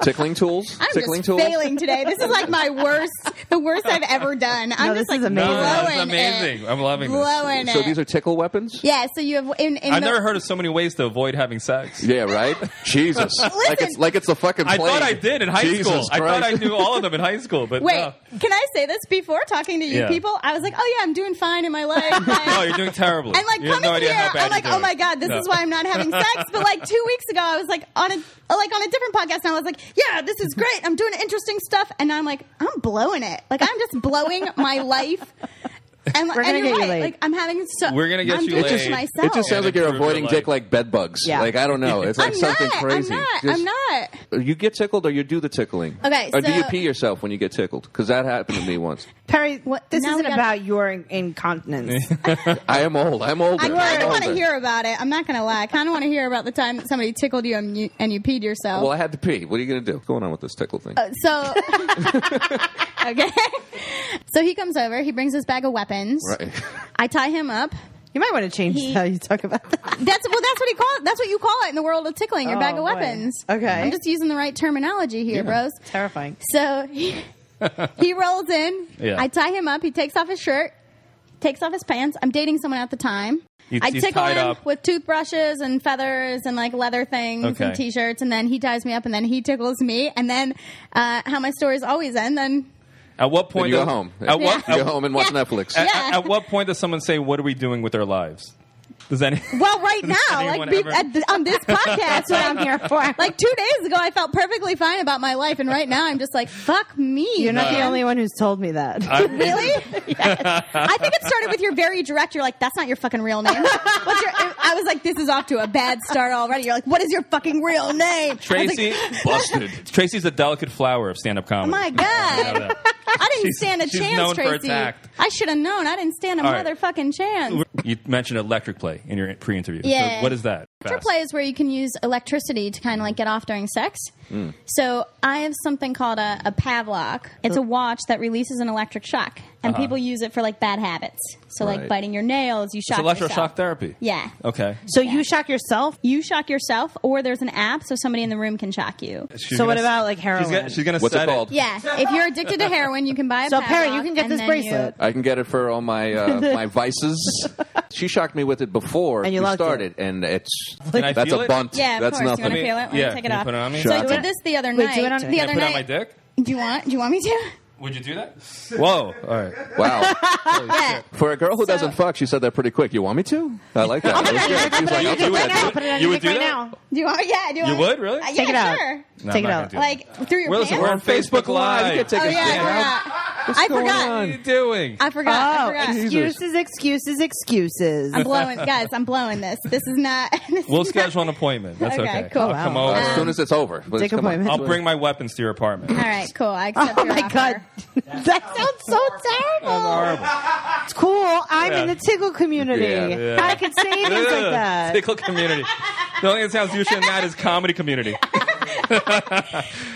S4: Tickling tools.
S3: I'm
S4: Tickling
S3: just
S4: tools.
S3: failing today. This is like my worst, the worst I've ever done. I'm
S2: No,
S3: just
S2: this
S3: like
S2: is
S1: [LAUGHS]
S2: amazing.
S1: No, that's
S3: blowing
S1: amazing.
S3: It.
S1: I'm loving this.
S3: blowing
S4: So
S3: it.
S4: these are tickle weapons.
S3: yeah. So you have in. in
S1: I've
S3: the,
S1: never heard of so many ways to avoid having sex.
S4: Yeah,
S3: [LAUGHS]
S4: right. Jesus, like it's like it's a fucking.
S1: I
S4: Plane.
S1: thought I did in high
S4: Jesus
S1: school. I thought I
S4: Christ.
S1: knew
S3: [LAUGHS]
S1: all of them in high school, but
S3: Wait,
S1: no.
S3: can I say this before talking to you
S1: Yeah.
S3: people? I was like, oh yeah, I'm doing fine in my
S1: [LAUGHS]
S3: life. And,
S1: No, you're doing terribly.
S3: and, like
S1: you have
S3: coming
S1: no idea
S3: here,
S1: how bad
S3: I'm like,
S1: you're
S3: oh
S1: doing.
S3: my god, this
S1: No.
S3: is why I'm not
S1: [LAUGHS]
S3: having sex. But like two weeks ago, I was like on a like on a different podcast, and I was like, yeah, this is great. I'm doing interesting stuff, and now I'm like, I'm blowing it. Like I'm just blowing my life. And,
S2: We're gonna
S3: and you're
S2: get you
S3: right.
S2: laid.
S3: Like I'm having so.
S1: We're gonna get
S3: I'm
S1: you
S3: doing
S1: laid.
S3: It, myself.
S4: It just sounds
S1: Yeah,
S4: like you're
S1: improve your
S4: avoiding
S1: life.
S4: dick like bed bugs.
S2: Yeah.
S4: Like I
S3: [LAUGHS]
S4: don't know. It's like
S3: I'm
S4: something
S3: not,
S4: crazy.
S3: I'm not.
S4: Just-
S3: I'm not.
S4: You get tickled, or you do the tickling.
S3: Okay,
S4: Or do you
S3: so-
S4: pee yourself when you get tickled? Because that happened to me once.
S2: Perry,
S3: What-
S2: this
S3: now
S2: isn't
S3: we gotta-
S2: about your in- incontinence.
S4: I am old. I'm older.
S3: I kind
S4: I'm
S3: of want to
S4: older.
S3: hear about it. I'm not going to lie. I kind of want to hear about the time that somebody tickled you and you, and you peed yourself.
S4: Well, I had to pee. What are you going to do? What's going on with this tickle
S3: Oh,
S4: thing?
S3: so, [LAUGHS] okay. So he comes over. He brings this bag of weapons. [LAUGHS]
S4: right.
S3: I tie him up.
S2: you might want to change
S3: He-
S2: how you talk about that.
S3: That's well. That's what he call. That's what you call it in the world of tickling. Your
S2: Oh,
S3: bag of
S2: boy.
S3: weapons.
S2: Okay.
S3: I'm just using the right terminology here, bros.
S2: Terrifying.
S3: So
S1: [LAUGHS]
S3: he, he rolls in.
S1: Yeah.
S3: I tie him up. He takes off his shirt, takes off his pants. I'm dating someone at the time.
S1: He's-
S3: I
S1: he's
S3: tickle
S1: tied
S3: him
S1: up.
S3: with toothbrushes and feathers and like leather things
S1: Okay.
S3: and t-shirts, and then he ties me up, and then he tickles me, and then uh, how my stories always end. Then
S1: At what
S4: Then
S1: point
S4: you go
S1: does-
S4: home.
S1: At what,
S4: You
S1: at-
S4: go home and watch
S3: Yeah.
S4: Netflix.
S1: at-
S3: Yeah.
S1: at what point does someone say, "What are we doing with our lives"? Does
S3: [LAUGHS]
S1: any?
S3: well, right now,
S1: anyone
S3: like be,
S1: ever-
S3: at the, on
S1: [LAUGHS]
S3: this podcast, what I'm here for. Like two days ago, I felt perfectly fine about my life, and right now, I'm just like, fuck me.
S2: You're not the
S3: man. [LAUGHS]
S2: only one who's told me that. [LAUGHS]
S3: Really? Yes. I think it started with your very direct. You're like, that's not your fucking real name. What's your? I was like, this is off to a bad start already. You're like, what is your fucking real name? [LAUGHS]
S1: Tracy [LAUGHS] busted. Tracy's a delicate flower of stand-up comedy.
S3: Oh My God, I didn't
S1: She's-
S3: stand a
S1: she's
S3: chance,
S1: known for
S3: Tracy.
S1: attack.
S3: I should have known. I didn't stand a
S1: All right.
S3: motherfucking chance.
S1: you mentioned electric play in your pre-interview.
S3: Yeah.
S1: So what is that?
S3: Electric play is where you can use electricity to kind of like get off during sex.
S1: Hmm. Oh.
S3: So I have something called a, a Pavlok. It's a watch that releases an electric shock. and
S1: Uh-huh.
S3: people use it for like bad habits. So
S4: Right.
S3: like biting your nails, you shock
S1: It's
S3: yourself.
S1: electroshock Oh. therapy.
S3: Yeah.
S1: Okay.
S2: So you shock yourself.
S3: You shock yourself, or there's an app so somebody in the room can shock you.
S1: She's
S2: So what
S1: gonna-
S2: about, like,
S1: She's gonna,
S2: heroin?
S1: she's gonna
S4: What's it
S1: set
S4: called?
S3: Yeah, if you're addicted to heroin, you can buy a
S2: So Perry, you
S3: padlock,
S2: can get
S3: and
S2: this
S3: then
S2: bracelet.
S3: you-
S4: I can get it for all my
S3: [LAUGHS]
S4: uh, my vices. She shocked me with it before
S2: And you
S4: we
S2: liked it.
S4: started, and it's
S1: Can I
S4: that's
S1: feel
S4: a
S1: it?
S4: bunt.
S3: yeah, of
S4: that's
S3: course.
S4: nothing.
S3: You want to feel it? Let me
S1: Yeah,
S3: take
S1: can
S3: it
S1: you
S3: off.
S1: put it on me?
S3: So I
S4: Shock
S3: did
S4: it.
S3: this the other
S2: Wait,
S3: night.
S2: do it on-
S3: the
S2: Can I
S3: other
S1: Put it on
S3: night.
S1: my dick.
S3: Do you want? Do you want me to?
S1: Would you do that? Whoa! All right.
S3: [LAUGHS]
S4: Wow.
S3: Yeah.
S4: For a girl who
S3: So- Oh
S4: doesn't fuck, she said that pretty quick. You want me to? I
S3: [LAUGHS]
S4: like that. It was good. She was like,
S2: Put
S4: I'll
S2: it on
S4: do
S2: your dick
S4: it.
S2: right now. Put it on
S1: You
S2: your
S1: would
S2: dick right
S1: do that?
S2: now.
S3: Do you want? Yeah. Do you,
S1: You
S3: want,
S1: would, really?
S3: Uh, yeah,
S2: Take it out.
S3: Sure.
S1: No,
S2: Take
S1: I'm
S2: it
S1: not gonna
S2: out.
S1: do
S3: Like through your
S1: We're,
S3: pants.
S1: listen, we're on Facebook Live.
S4: You can take
S3: oh
S4: a
S3: yeah,
S4: stand.
S3: I forgot. I
S1: What are
S3: forgot.
S1: you doing?
S3: um, I forgot.
S2: Oh,
S3: I
S2: [LAUGHS]
S3: forgot.
S2: excuses, excuses, excuses.
S3: I'm blowing, guys. I'm blowing this. This is not. [LAUGHS] This
S1: We'll
S3: is not-
S1: schedule an appointment. That's okay.
S3: Okay, cool.
S1: I'll come
S3: Wow.
S1: over.
S4: As soon as it's over, please
S2: Dick
S4: come on.
S2: appointment.
S1: I'll bring my weapons to your apartment.
S3: All right, cool. I
S2: [LAUGHS]
S3: accept
S2: Oh
S3: your
S2: my
S3: offer.
S2: god, [LAUGHS] that sounds so terrible.
S1: That's horrible.
S2: It's cool. I'm in
S1: Yeah.
S2: the tickle community.
S4: Yeah.
S1: Yeah.
S2: I can say things like
S1: Ugh.
S2: that.
S1: Tickle community. The only thing that sounds douchey in that is comedy community.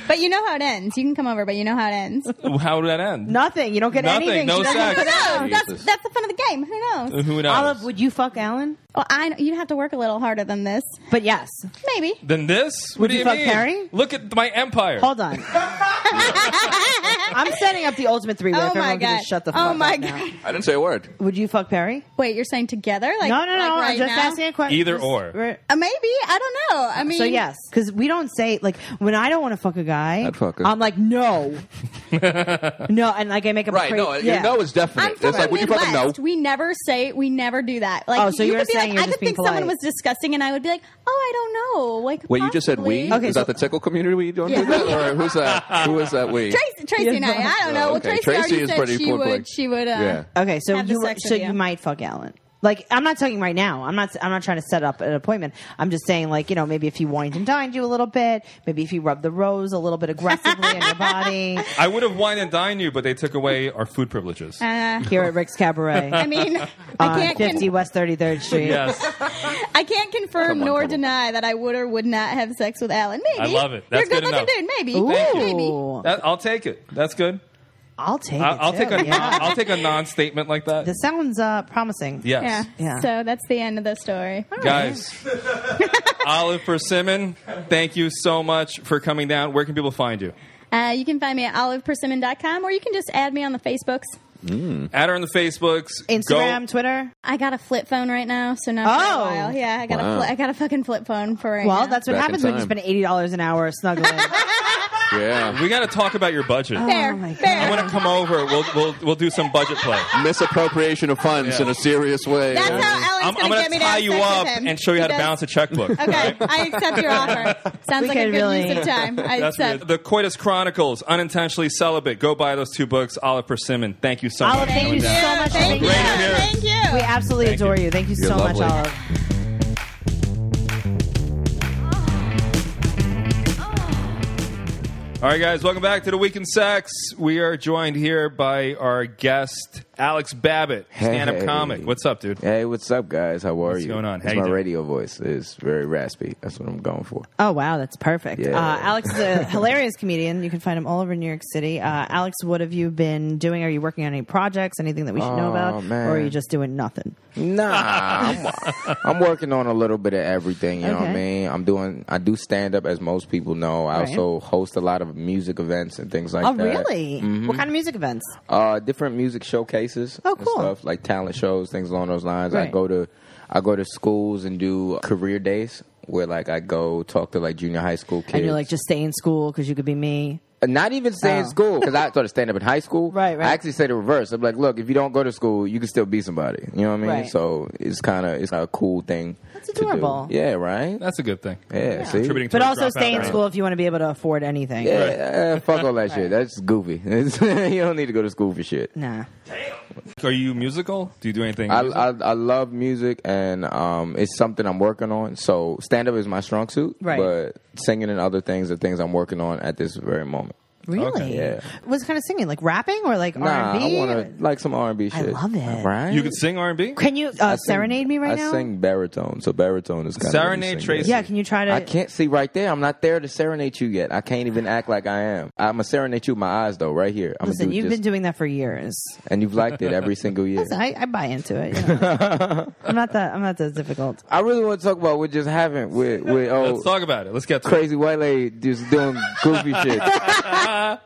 S3: But you know how it ends. You can come over, but you know how
S2: [LAUGHS]
S3: it ends. Who
S1: How would that end?
S2: Nothing. You don't get
S1: Nothing.
S2: anything.
S1: No
S2: She doesn't
S1: sex.
S2: put it out.
S3: knows? That's, that's the fun of the game. Who knows?
S1: Who knows?
S2: Olive, would you fuck Alan?
S3: Well, I you'd have to work a little harder than this,
S2: But yes. [LAUGHS]
S3: maybe.
S1: Then this? What
S2: Would
S1: do
S2: you
S1: you
S2: fuck
S1: mean?
S2: Harry?
S1: Look at my empire.
S2: Hold on. I'm setting up the ultimate three way.
S3: Oh
S2: if
S3: my
S2: everyone can
S3: god!
S2: just shut the fuck
S3: oh
S2: up
S3: my
S2: now.
S3: god!
S4: I didn't say a word.
S2: Would you fuck Perry?
S3: Wait, you're saying together? Like
S2: no, no,
S3: like
S2: no.
S3: Right
S2: I'm just
S3: now?
S2: asking a question.
S1: Either
S2: Just-
S1: or.
S2: we're-
S3: Uh, maybe I don't know. I mean,
S2: So yes, because we don't say like when I don't want to fuck a guy,
S4: I'd fuck her.
S2: I'm like no, no, and like I make up a
S4: Right?
S2: cra-
S4: No,
S2: yeah.
S4: you know it's
S3: I'm
S4: definite.
S3: from
S4: It's like,
S3: the
S4: would you fucking know?
S3: Midwest. We never say we never do that. Like,
S2: Oh, so
S3: you
S2: you're
S3: could be
S2: saying
S3: like,
S2: you're
S3: I
S2: just
S3: could
S2: being
S3: think someone
S2: polite.
S3: was disgusting, and I would be like, oh, I don't know. Like,
S4: Wait, you just said we.
S3: possibly.
S2: Okay,
S4: is
S2: so-
S4: that the tickle community we don't
S3: Yeah.
S4: do that, or who's that? Who is that we?
S3: Tracy, Tracy and I. I don't know.
S4: Oh,
S3: Well,
S4: okay.
S3: Tracy,
S4: Tracy
S3: already
S4: is
S3: said
S4: pretty
S3: she
S4: cool,
S3: would.
S4: like-
S3: She would. Uh,
S4: Yeah.
S2: Okay, so
S3: have the
S2: you were-
S3: sex
S2: so
S3: with
S2: you.
S3: you.
S2: might fuck Alan. Like I'm not talking right now. I'm not. I'm not trying to set up an appointment. I'm just saying, like you know, maybe if he whined and dined you a little bit, maybe if he rubbed the rose a little bit aggressively on your
S3: [LAUGHS]
S2: body
S1: I would have wine and dined you, but they took away our food privileges.
S3: Uh,
S2: here at Rick's Cabaret
S3: I
S4: [LAUGHS]
S3: mean, I
S2: on
S3: can't. con-
S2: 50 West 33rd Street.
S1: yes.
S3: I can't confirm
S4: Come on,
S3: nor
S4: come on.
S3: deny that I would or would not have sex with Alan. Maybe.
S1: I love it. That's
S3: You're a
S1: good
S3: good, looking
S1: enough.
S3: dude. Maybe.
S2: Ooh,
S3: Maybe.
S1: That, I'll take it. That's good.
S2: I'll take.
S1: I'll,
S2: it
S1: I'll
S2: too,
S1: take a
S2: yeah.
S1: non, I'll take a non-statement like that.
S2: This sounds uh, promising.
S1: yes.
S3: Yeah.
S2: Yeah.
S3: So that's the end of the story. [LAUGHS]
S1: Guys, Olive Persimmon, thank you so much for coming down. Where can people find you?
S3: Uh, you can find me at olivepersimmon.com or you can just add me on the Facebooks.
S1: Add her on the Facebooks. Go-
S2: Instagram, Twitter.
S3: I got a flip phone right now, so not for
S2: Oh.
S3: a while. Yeah, I got
S4: Wow.
S3: a fli- I got a fucking flip phone for right
S2: Well,
S3: now.
S2: that's what
S4: Back in
S2: happens when you
S4: time.
S2: spend eighty dollars an hour snuggling.
S4: Yeah.
S1: we got to talk about your budget.
S3: fair.
S2: Oh my
S1: I
S2: God.
S3: fair.
S1: want to come over. We'll, we'll, we'll do some budget play.
S4: Misappropriation of funds
S1: Yeah.
S4: in a serious way.
S3: That's
S4: Yeah.
S3: how Alan's
S1: I'm, I'm
S3: gonna
S1: going
S3: get
S1: to
S3: me
S1: tie
S3: to have
S1: you
S3: sex
S1: up
S3: with him.
S1: and show you how
S3: He
S1: to
S3: does-
S1: balance a checkbook.
S3: [LAUGHS] Okay, I accept
S2: [LAUGHS]
S3: your offer. Sounds
S2: We
S3: like a
S2: could
S3: good
S2: really-
S3: use of time. I
S1: That's
S3: accept.
S1: weird. The Coitus Chronicles, Unintentionally Celibate. Go buy those two books. Olive Persimmon, thank you so
S2: Olive,
S1: much. for
S2: thank
S1: coming
S2: you
S1: down.
S2: so much. for
S3: Thank
S2: being
S3: you.
S1: Great
S2: here.
S1: idea.
S3: Thank
S2: [LAUGHS]
S3: you.
S2: We absolutely
S1: Thank
S2: adore
S1: you.
S2: you. Thank you
S4: You're
S2: so much,
S4: lovely.
S2: Olive.
S1: All right, guys, welcome back to The Week in Sex. We are joined here by our guest, Alex Babbitt, stand up
S5: Hey.
S1: comic. What's up, dude?
S5: Hey, what's up, guys? How are
S1: What's
S5: you?
S1: going on? How
S5: It's
S1: you
S5: my
S1: doing?
S5: radio voice is very raspy. That's what I'm
S2: [LAUGHS]
S5: going for.
S2: Oh wow, that's perfect.
S5: Yeah.
S2: Uh, Alex is
S5: [LAUGHS]
S2: a hilarious comedian. You can find him all over New York City. Uh, Alex, what have you been doing? Are you working on any projects? Anything that we should know
S5: Oh,
S2: about,
S5: man.
S2: or are you just doing nothing?
S5: Nah, I'm, [LAUGHS] I'm working on a little bit of everything. You know what I
S2: Okay.
S5: mean? I'm doing. I do stand up, as most people know. I
S2: Right.
S5: also host a lot of music events and things like
S2: Oh
S5: that. Mm-hmm.
S2: really? What kind of music events?
S5: uh, different music showcases.
S2: Oh,
S5: and
S2: cool.
S5: stuff like talent shows, things along those lines. I
S2: Right.
S5: go to I go to schools and do career days where like I go talk to like junior high school kids.
S2: And you're like, just stay in school because you could be me.
S5: Not even stay in
S2: Oh.
S5: school because I started stand up in high school.
S2: [LAUGHS] Right, right.
S5: I actually say the reverse. I'm like, look, if you don't go to school, you can still be somebody. You know what I mean?
S2: Right.
S5: So it's kind of it's a cool thing.
S2: That's
S5: to do.
S2: adorable.
S5: Yeah, right.
S1: That's a good thing.
S5: Yeah, see,
S1: Contributing to
S2: But
S1: our
S2: also
S1: dropout
S2: stay in
S1: rate.
S2: school if you want to be able to afford anything.
S5: Yeah, uh, fuck
S2: [LAUGHS]
S5: all that shit. That's goofy. [LAUGHS] you don't need to go to school for shit.
S2: Nah.
S1: Are you musical? Do you do anything?
S5: I,
S1: music?
S5: I I love music and um, it's something I'm working on. So stand up is my strong suit,
S2: Right.
S5: but singing and other things are things I'm working on at this very moment.
S2: Really?
S5: Yeah.
S2: What kind of singing? Like rapping or like
S5: Nah,
S2: R&B?
S5: I want to like some R and B shit.
S2: love it.
S5: Right?
S1: You could sing R&B?
S2: Can you uh,
S5: I sing-
S2: serenade me right
S5: I
S2: now?
S5: sing baritone, so baritone is kind
S1: Serenade
S5: of
S1: Tracy.
S2: yeah, can you try to?
S5: I can't see right there. I'm not there to serenade you yet. I can't even act like I am. I'm gonna serenade you with my eyes though, right here. I'm
S2: Listen,
S5: gonna do
S2: you've
S5: it
S2: been
S5: just-
S2: doing that for years.
S5: and you've liked it every single year.
S2: Listen, I, I buy into it. you
S5: [LAUGHS]
S2: know. I'm not that. I'm not that difficult.
S5: I really want to talk about what just happened with
S1: Let's
S5: with oh
S1: talk about it. Let's get to it.
S5: crazy white lady just doing
S1: [LAUGHS]
S5: goofy shit,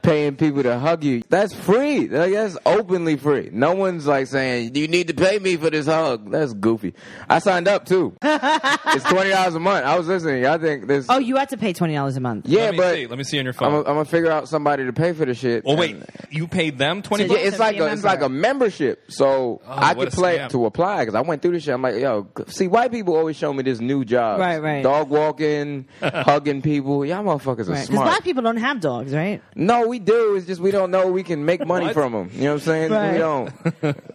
S5: paying people to hug you. That's free. Like, that's openly free. No one's like saying you need to pay me for this hug. That's goofy. I signed
S2: [LAUGHS]
S5: up too. it's twenty dollars a month. I was listening. I think this.
S2: Oh, you have to pay twenty dollars a month.
S5: yeah,
S1: Let me
S5: but
S1: see. Let me see on your
S5: I'm
S1: phone.
S5: gonna- I'm gonna figure out somebody to pay for the shit.
S1: oh wait,
S5: and-
S1: you paid them 20
S2: So
S1: bucks?
S5: yeah, it's
S2: to
S5: like
S2: be a
S5: a, it's
S2: member.
S5: like a membership. So I
S1: Oh, what
S5: could
S1: a
S5: play
S1: scam.
S5: to apply because I went through this shit. I'm like, yo, see, white people always show me this new job,
S2: Right, right.
S5: Dog walking,
S1: [LAUGHS]
S5: hugging people. Y'all motherfuckers are
S2: Because
S5: smart.
S2: black people don't have dogs, right?
S5: no, we do. It's just we don't know we can make money
S1: What?
S5: from them. You know what I'm saying?
S2: Right.
S5: We don't.
S2: [LAUGHS]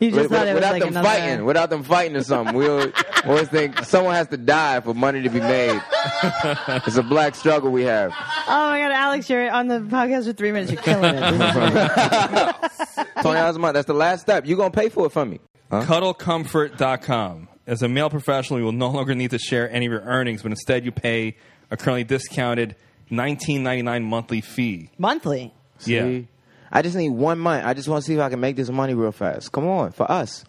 S2: You just
S5: With-
S2: thought it was
S5: without
S2: like
S5: them
S2: another.
S5: fighting, without them fighting or something, we al- always think someone has to die for money to
S1: [LAUGHS]
S5: be made. it's a black struggle we have.
S2: Oh my god, Alex, you're on the podcast for three minutes. You're killing it. This
S5: [LAUGHS]
S2: is great.
S5: Twenty dollars a month. That's the last step. You gonna pay for it for me?
S1: cuddlecomfort.com. As a male professional, you will no longer need to share any of your earnings, but instead you pay a currently discounted 19.99 monthly fee.
S2: Monthly.
S1: Yeah.
S5: I just need one month. I just want to see if I can make this money real fast. Come on, for us.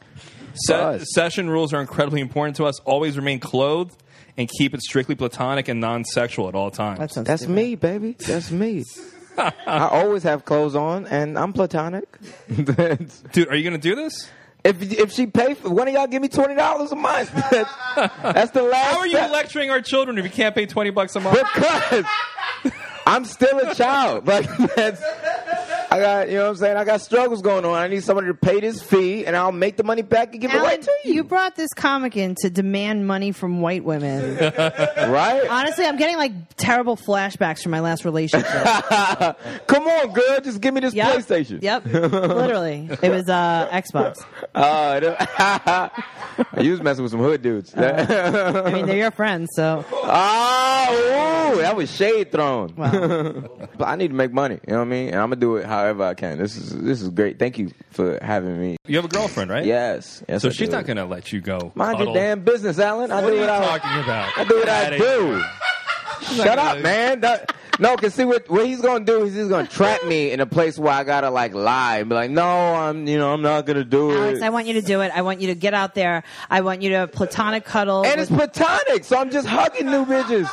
S1: Se-
S5: us.
S1: session rules are incredibly important to us. Always remain clothed and keep it strictly platonic and non-sexual at all times.
S2: That sounds.
S5: That's
S2: stupid.
S5: me, baby.
S1: [LAUGHS]
S5: That's me. I always have clothes on, and
S1: [LAUGHS]
S5: I'm platonic. if
S1: Dude, are you going to do this?
S5: if she pay for one of y'all, give me twenty dollars a month. [LAUGHS] That's, that's the last.
S1: How are you
S5: step.
S1: lecturing our children if you can't pay 20 bucks a month?
S5: Because I'm still a child. [LAUGHS] Like that's. I got, you know what I'm saying? I got struggles going on. I need somebody to pay this fee, and I'll make the money back and give it
S2: Alan,
S5: right to you.
S2: you brought this comic in to demand money from white women.
S5: [LAUGHS] Right?
S2: Honestly, I'm getting like terrible flashbacks from my last
S5: [LAUGHS]
S2: relationship.
S5: Come on, girl. Just give me this
S2: Yep.
S5: PlayStation.
S2: Yep. Literally, it was uh,
S5: [LAUGHS]
S2: Xbox.
S5: Uh, [LAUGHS] you was messing with some hood dudes.
S2: I
S5: [LAUGHS]
S2: mean, they're your friends, so
S5: oh, ooh, that was shade thrown. [LAUGHS] but I need to make money. You know what I mean? And I'm gonna do it however I can. This is this is great. Thank you for having me.
S1: You have a girlfriend, right?
S5: Yes. yes
S1: So
S5: I
S1: she's
S5: do.
S1: not going to let you go.
S5: mind your
S1: cuddle.
S5: damn business, Alan. I
S1: What are
S5: do
S1: you
S5: what I
S1: talking about?
S5: I do what I
S1: Daddy.
S5: do. Shut
S1: gonna
S5: up,
S1: lose.
S5: man. That- no, cause see what what he's gonna do is he's gonna trap me in a place where I gotta like lie and be like, no, I'm you know I'm not gonna do
S2: Alex,
S5: it.
S2: I want you to do it. I want you to get out there. I want you to platonic cuddle.
S5: and it's
S2: with-
S5: platonic, so I'm just hugging new bitches.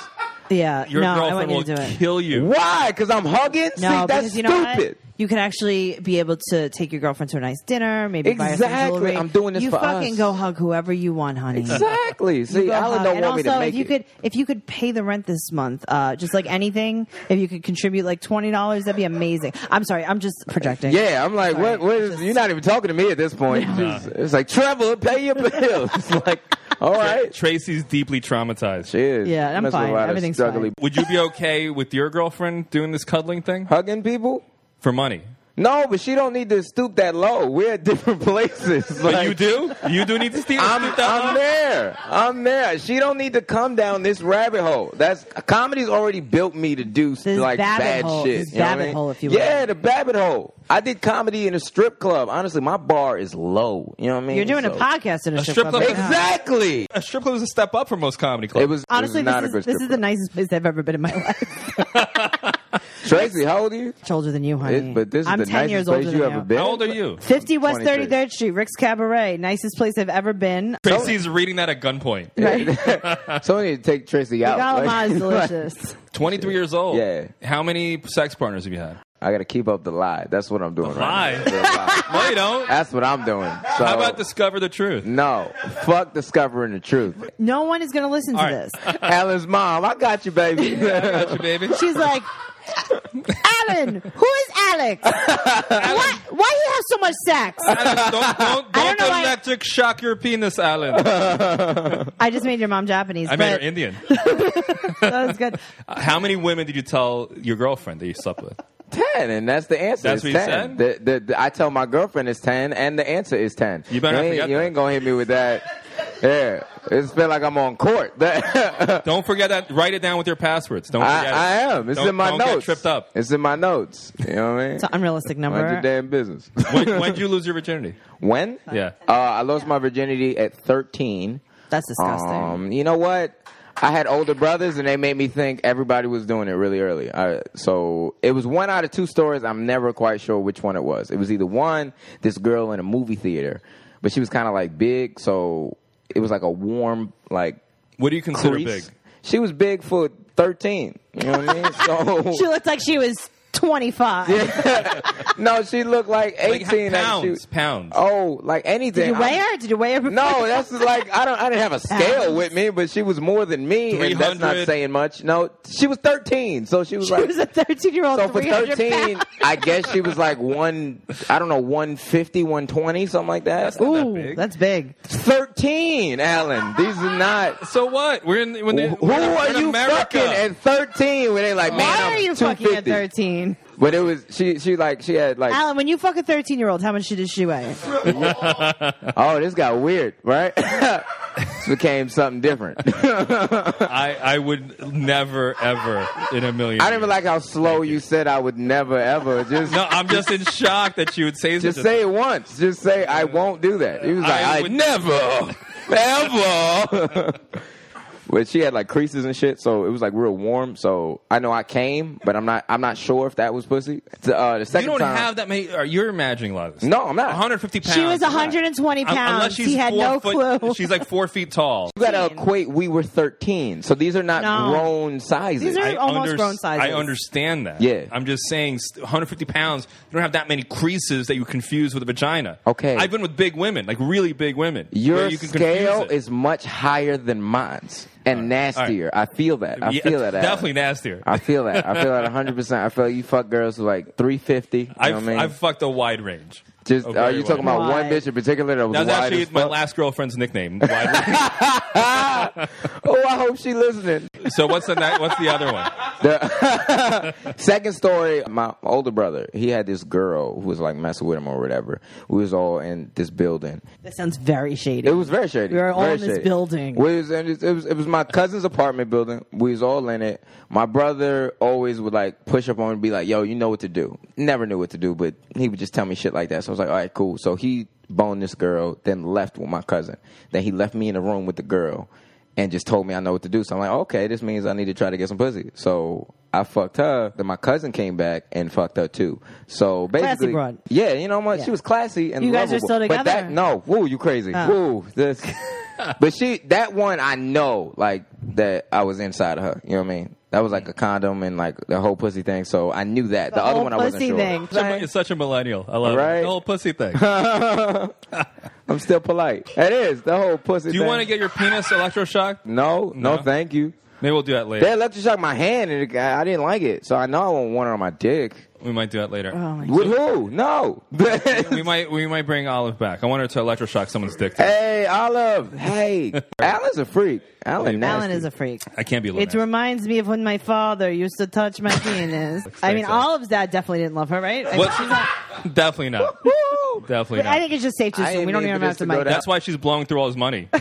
S2: yeah,
S1: Your
S2: no, I
S1: girlfriend
S2: want you
S1: will
S2: to do it.
S1: kill you.
S5: Why? Because I'm hugging.
S2: No,
S5: See, that's
S2: because you know
S5: stupid.
S2: what? You can actually be able to take your girlfriend to a nice dinner, maybe buy her some
S5: Exactly.
S2: jewelry.
S5: I'm doing this
S2: You
S5: for
S2: fucking
S5: us.
S2: go hug whoever you want, honey.
S5: Exactly.
S2: You
S5: See,
S2: go
S5: Alan
S2: hug.
S5: don't
S2: and
S5: want me to
S2: also,
S5: make
S2: if you
S5: it.
S2: could, if you could pay the rent this month, uh, just like anything, if you could contribute like twenty dollars, that'd be amazing. I'm sorry, I'm just projecting.
S5: yeah, I'm like, what? What is? You're not even talking to me at this point. It's, it's like, Trevor, pay your bills. [LAUGHS] it's like, all right,
S1: Tracy's deeply traumatized.
S5: cheers.
S2: Yeah, I'm
S5: Messing with a
S2: fine.
S5: lot of
S2: Everything's
S5: struggling-
S1: Would you be okay with your girlfriend doing this cuddling thing
S5: Hugging people?
S1: for money?
S5: No, but she don't need to stoop that low. We're at different [LAUGHS] places.
S1: But
S5: Like,
S1: you do. You do need to steal.
S5: I'm,
S1: steal that
S5: I'm
S1: up.
S5: there. I'm there. She don't need to come down this rabbit hole. That's comedy's already built me to do
S2: This
S5: like
S2: Babbitt
S5: bad
S2: hole.
S5: shit.
S2: This
S5: you know what I
S2: Babbitt
S5: mean?
S2: hole, if you will.
S5: yeah, the Babbitt hole. I did comedy in a strip club. Honestly, my bar is low. You know what I mean?
S2: you're doing a
S5: So-
S2: podcast in a,
S1: strip club.
S2: right now.
S5: Exactly.
S1: A strip club is a step up from most comedy clubs.
S5: It was
S2: Honestly,
S5: it was not
S2: this,
S5: a good
S2: is, this is
S5: strip
S2: the nicest place I've ever been in my [LAUGHS] life.
S5: club. Tracy, how old are you?
S2: Much older than you, honey.
S5: It- but this is
S2: I'm
S5: the
S2: 10
S5: nicest
S2: years
S5: place
S2: older
S5: you
S2: than
S5: ever been.
S1: How
S5: [LAUGHS]
S1: old are you?
S2: 50 West
S5: 23.
S2: 33rd Street, Rick's Cabaret, nicest place I've
S1: [LAUGHS]
S2: ever been.
S1: Tracy's reading that at gunpoint.
S5: Someone need to take Tracy out.
S2: Galama
S5: [LAUGHS] Like-
S2: is delicious.
S1: Twenty-three years old.
S5: Yeah.
S1: How many sex partners have you had?
S5: I gotta keep up the lie. That's what I'm doing right
S1: lie?
S5: now. The lie.
S1: No, you don't.
S5: That's what I'm doing.
S1: [LAUGHS]
S5: So,
S1: How about discover the truth?
S5: No, fuck discovering
S1: [LAUGHS]
S5: the truth.
S2: No one is going to listen to
S1: All right.
S2: this.
S5: Alan's mom, I got
S1: [LAUGHS]
S5: you, baby.
S1: Got you, baby.
S2: She's like, Alan, who is
S1: [LAUGHS]
S2: Alex? why, why you have so much sex?
S5: [LAUGHS]
S1: Alex, don't don't,
S2: I don't
S1: don't
S2: know why-
S1: electric shock your penis, Alan.
S2: I just made your mom Japanese.
S1: I
S2: but
S1: mean, you're
S5: [LAUGHS]
S1: Indian.
S2: that was good.
S1: How many women did you tell your girlfriend that you slept with?
S5: ten, and that's the answer.
S1: That's
S5: It's
S1: what you
S5: 10.
S1: said?
S5: The, the, the- I tell my girlfriend it's ten, and the answer is ten.
S1: You better not
S5: ain't,
S1: forget
S5: you
S1: that.
S5: ain't gonna hit me with that. Yeah, It's been like I'm on court. [LAUGHS] That-
S1: Don't forget that. Write it down with your passwords. Don't
S5: I,
S1: forget. it.
S5: I am. It's
S1: Don't-
S5: in my
S1: don't
S5: notes.
S1: Get tripped up.
S5: It's in my notes. You know what
S2: [LAUGHS]
S5: I mean?
S2: It's an unrealistic
S5: Mind your
S2: number.
S5: damn business.
S1: when when did you lose your virginity?
S5: [LAUGHS] when?
S1: Yeah.
S5: Uh, I lost my virginity at 13.
S2: That's disgusting.
S5: Um, you know what? I had older brothers, and they made me think everybody was doing it really early. I, so it was one out of two stories. I'm never quite sure which one it was. It was either one, this girl in a movie theater, but she was kind of like big, so it was like a warm like
S1: What do you consider
S5: crease.
S1: big?
S5: She was big for 13. You know what I
S2: [LAUGHS]
S5: mean? So
S2: she looked like she was 25.
S5: no, she looked like 18.
S1: Like ha-
S5: and she-
S1: pounds, pounds.
S5: Oh, like anything.
S2: Did you weigh
S5: I'm-
S2: her? Did you weigh her? Before? [LAUGHS]
S5: No, that's just like I don't. I didn't have a scale with me, but she was more than me, and that's not
S1: 300.
S5: saying much. No, she was thirteen, so she was
S2: She
S5: like.
S2: was a 13 year old.
S5: so for 13, I guess she was like one, I don't know, 150, 120, something like that.
S1: not that
S2: Ooh,
S1: big.
S2: that's big.
S5: 13, Alan. These are not.
S1: So what? We're in. When they,
S5: Who
S1: we're in- we're
S5: are
S1: in
S5: you
S1: America.
S5: fucking at 13 when they like, man,
S2: Why
S5: I'm
S2: are you fucking at
S5: 250?
S2: 13?
S5: But it was, she, she like, she had like,
S2: Alan, when you fuck a 13 year old, how much shit did she weigh?
S5: oh, this got weird, right? [LAUGHS] this became something different.
S1: I, I would never ever in a million.
S5: I didn't even
S1: years.
S5: like how slow you said I would never ever. Just
S1: No, I'm just in shock that you would say
S5: just
S1: such
S5: say it once. Just say I won't do that. He was like,
S1: I
S5: I,
S1: would-
S5: never,
S1: [LAUGHS]
S5: ever. but she had like creases and shit, so it was like real warm. So I know I came, but I'm not. I'm not sure if that was pussy. The, uh, the
S1: A, you
S5: second
S1: don't
S5: time,
S1: have that many. Or you're imagining a lot of this.
S5: No, I'm not.
S1: 150 pounds.
S2: She was 120
S1: Un-
S2: pounds.
S1: Unless she's
S2: he had
S1: four
S2: no
S1: foot,
S2: clue.
S1: She's like four feet tall.
S5: You gotta equate. We were 13, so these are not
S2: No.
S5: grown sizes.
S2: These are-
S1: I
S2: almost grown sizes.
S1: I understand that.
S5: Yeah.
S1: I'm just saying, st- 150 pounds. You don't have that many creases that you confuse with a vagina.
S5: Okay.
S1: I've been with big women, like really big women.
S5: Your
S1: where you can confuse
S5: scale
S1: it.
S5: is much higher than mine's and nastier. I feel that. I
S1: Yeah,
S5: feel that. Alan.
S1: Definitely nastier.
S5: I feel that. I feel that 100. percent I feel like you fuck girls who like 350. You know
S1: I've,
S5: what I mean?
S1: I've fucked a wide range.
S5: Just
S1: A
S5: are
S1: very
S5: you talking
S1: wide
S5: about one
S2: Wide.
S5: bitch in particular that was,
S1: That was
S5: wide
S1: actually
S5: as
S1: my
S5: fuck?
S1: last girlfriend's nickname. Wide range.
S5: Oh, I hope she listening. [LAUGHS]
S1: so what's the ni- what's the other one?
S5: Second story, my older brother, he had this girl who was like messing with him or whatever. We was all in this building.
S2: [LAUGHS] that sounds very shady.
S5: It was very shady.
S2: We were all
S5: very
S2: in this
S5: shady.
S2: building.
S5: We was in this, it was it was my cousin's apartment building. We was all in it. My brother always would like push up on me and be like, "Yo, you know what to do." Never knew what to do, but he would just tell me shit like that. So I was like, "All right, cool." So he boned this girl, then left with my cousin. Then he left me in a room with the girl, and just told me I know what to do. So I'm like, "Okay, this means I need to try to get some pussy." So. I fucked her. Then my cousin came back and fucked her too. So basically,
S2: broad.
S5: yeah, you know what?
S2: Yeah.
S5: She was classy and
S2: You guys are
S5: lovable.
S2: still
S5: But that-
S2: together?
S5: no, Oh, woo, you crazy. Woo,
S2: [LAUGHS]
S5: this. but she, that one, I know, like, that I was inside of her. You know what I mean? That was like a condom and like the whole pussy thing. So I knew that. The,
S2: The
S5: other
S2: whole
S5: one I wasn't
S2: pussy
S5: sure.
S2: thing.
S1: Such a- It's such a millennial. I love it.
S5: Right.
S1: The whole pussy thing.
S5: I'm still polite. It is the whole pussy.
S1: Do you
S5: thing.
S1: want to get your penis electroshocked?
S5: No, no,
S1: No.
S5: thank you.
S1: Maybe we'll do that later.
S5: They electroshocked my hand and it, I I didn't like it, so I know I won't want it on my dick.
S1: We might do that later.
S2: oh my
S5: With who? No. [LAUGHS]
S1: We might we might bring Olive back. I want her to electroshock someone's dick. today.
S5: hey, Olive.
S1: [LAUGHS]
S5: Hey, Alan's a freak. Alan. Nasty.
S2: Alan is a freak.
S1: I can't be. a little
S2: It
S1: nasty.
S2: reminds me of when my father used to touch my
S5: [LAUGHS]
S2: penis. I mean,
S1: Thanks, Alan.
S2: Olive's dad definitely didn't love her, right? I,
S1: What? Definitely not.
S5: Woo!
S1: Definitely
S2: but I
S1: not.
S2: think it's just safe to
S5: I
S2: assume.
S5: ain't
S2: We don't
S5: mean
S2: even
S5: for
S2: have
S5: this
S2: to
S5: to go
S2: make
S5: down.
S1: That's why she's blowing through all his money.
S5: [LAUGHS]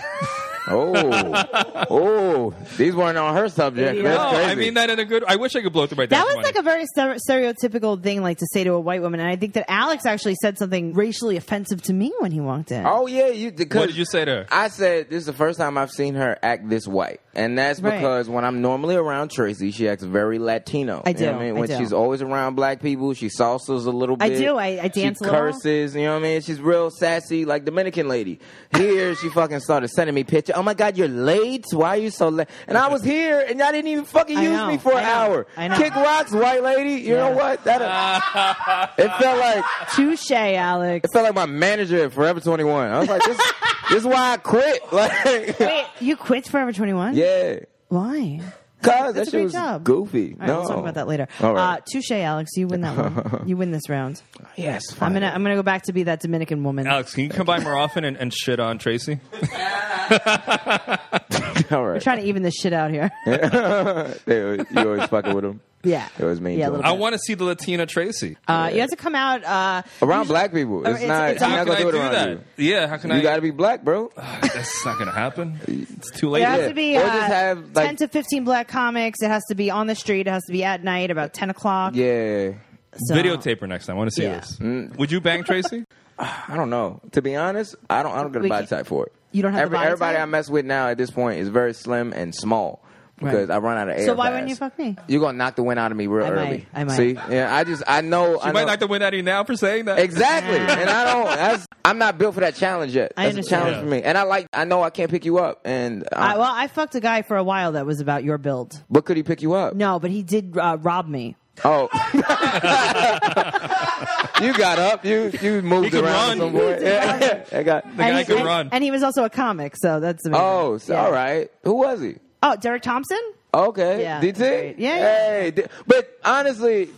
S5: Oh,
S1: [LAUGHS]
S5: oh, these weren't on her subject. That's
S1: no,
S5: crazy.
S1: Oh, I mean that in a good. I wish I could blow through my
S2: That
S1: dad's
S2: was
S1: money.
S2: like a very stere- stereotypical thing, like to say to a white woman, and I think that Alex actually said something racially offensive to me when he walked in.
S5: Oh yeah, you. Because
S1: What did you say to her?
S5: I said this is the first time I've seen her act this white, and that's
S2: Right.
S5: because when I'm normally around Tracy, she acts very Latino.
S2: I
S5: You know
S2: do,
S5: what I mean,
S2: I
S5: when
S2: do.
S5: she's always around black people, she salsas a little
S2: I
S5: bit.
S2: do, I- I dance a
S5: She
S2: little.
S5: curses. You know what I mean? She's real sassy, like Dominican lady. Here, she fucking started sending me pictures. Oh my god, you're late. Why are you so late? And I was here, and y'all didn't even fucking
S2: I
S5: use
S2: know,
S5: me for
S2: I
S5: an
S2: know,
S5: hour.
S2: I know.
S5: Kick rocks, white lady. You know
S2: Yeah.
S5: what? That it felt like
S2: Touche, Alex.
S5: it felt like my manager at Forever 21. I was like,
S2: [LAUGHS]
S5: this, this is why I quit. [LAUGHS] Like,
S2: Wait, you quit Forever 21?
S5: yeah.
S2: Why?
S5: Cause that
S2: That's a
S5: shit
S2: great
S5: was
S2: job.
S5: goofy.
S2: All right,
S5: no.
S2: we'll talk about that later.
S5: All right.
S2: Uh, touche, Alex. You win that one.
S5: [LAUGHS]
S2: You win this round.
S5: yes.
S2: I'm
S5: fine.
S2: gonna I'm gonna go back to be that Dominican woman.
S1: Alex, can you come by more often and, and shit on Tracy?
S5: All right.
S2: Trying to even this shit out here.
S5: [LAUGHS] Yeah, you always fucking with him.
S2: [LAUGHS] Yeah.
S5: It was mean
S2: Yeah,
S5: to
S2: a little
S5: him.
S1: I want to see the Latina Tracy.
S2: Uh, you have to come out uh,
S5: around black people. It's,
S2: Oh, it's-
S5: not.
S2: it's
S5: you're
S2: on-
S1: how
S5: not
S1: can
S5: gonna
S1: I
S5: do it
S1: do
S5: around
S1: that?
S5: you.
S1: Yeah, how can I?
S5: You got to be black, bro.
S1: [LAUGHS] That's not gonna happen. It's too late.
S2: It has
S5: Yeah.
S2: to be
S5: Or
S2: uh,
S5: just have, like-
S2: ten to fifteen black comics. It has to be on the street. It has to be at night, about ten o'clock.
S5: Yeah.
S2: So-
S1: Videotape her next time. I want to see
S2: Yeah.
S1: this. Would you bang [LAUGHS] Tracy?
S5: I don't know. To be honest, I don't. I don't get a
S2: We
S5: body
S2: can-
S5: type for it.
S2: You don't have the
S5: Every,
S2: body
S5: everybody
S2: type?
S5: I mess with now at this point is very slim and small because
S2: Right.
S5: I run out of air.
S2: So why
S5: fast.
S2: wouldn't you fuck me?
S5: You're gonna knock the wind out of me real
S2: I might.
S5: early.
S2: I might.
S5: See, yeah, I just I know. I
S1: You might
S5: know-
S1: like to win at you now for saying that.
S2: [LAUGHS]
S5: Exactly,
S2: Nah.
S5: and I don't. That's, I'm not built for that challenge yet.
S2: I
S5: That's
S2: understand.
S5: a challenge
S1: Yeah.
S5: for me, and I like. I know I can't pick you up, and
S2: I,
S5: I,
S2: well, I fucked a guy for a while that was about your build.
S5: but could he pick you up?
S2: No, but he did uh, rob me. [LAUGHS]
S5: Oh, [LAUGHS] you got up. You you moved
S1: could run.
S5: around some point. [LAUGHS] Yeah, I got.
S1: guy
S2: and he,
S1: could
S2: and-
S1: run.
S2: and he was also a comic, so that's amazing.
S5: Oh, so,
S2: Yeah.
S5: all right. Who was he?
S2: Oh, Derek Thompson.
S5: Okay,
S2: Yeah,
S5: DT.
S2: great. Yeah, yeah.
S5: Hey, D- but
S1: [LAUGHS]
S5: honestly,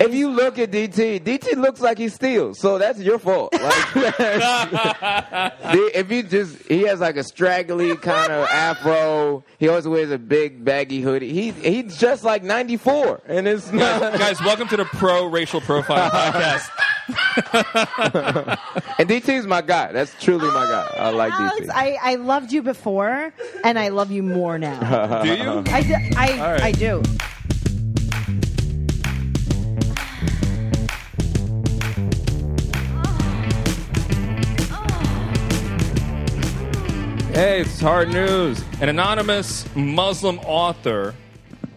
S5: if you look at DT, DT looks like he steals, so that's your fault.
S1: [LAUGHS]
S5: Like, D- if you just, he has like a straggly kind of afro. He always wears a big baggy hoodie. He he's just like ninety four, and
S1: [LAUGHS]
S5: it's not.
S1: Guys, welcome to the Pro Racial [LAUGHS] Profile Podcast.
S5: And DT's my guy. That's truly my guy. I like
S2: Alex,
S5: DT.
S2: I, I loved you before, and I love you more now.
S1: Do you?
S2: I, d- I,
S1: right.
S2: I do.
S1: Hey, it's hard news. An anonymous Muslim author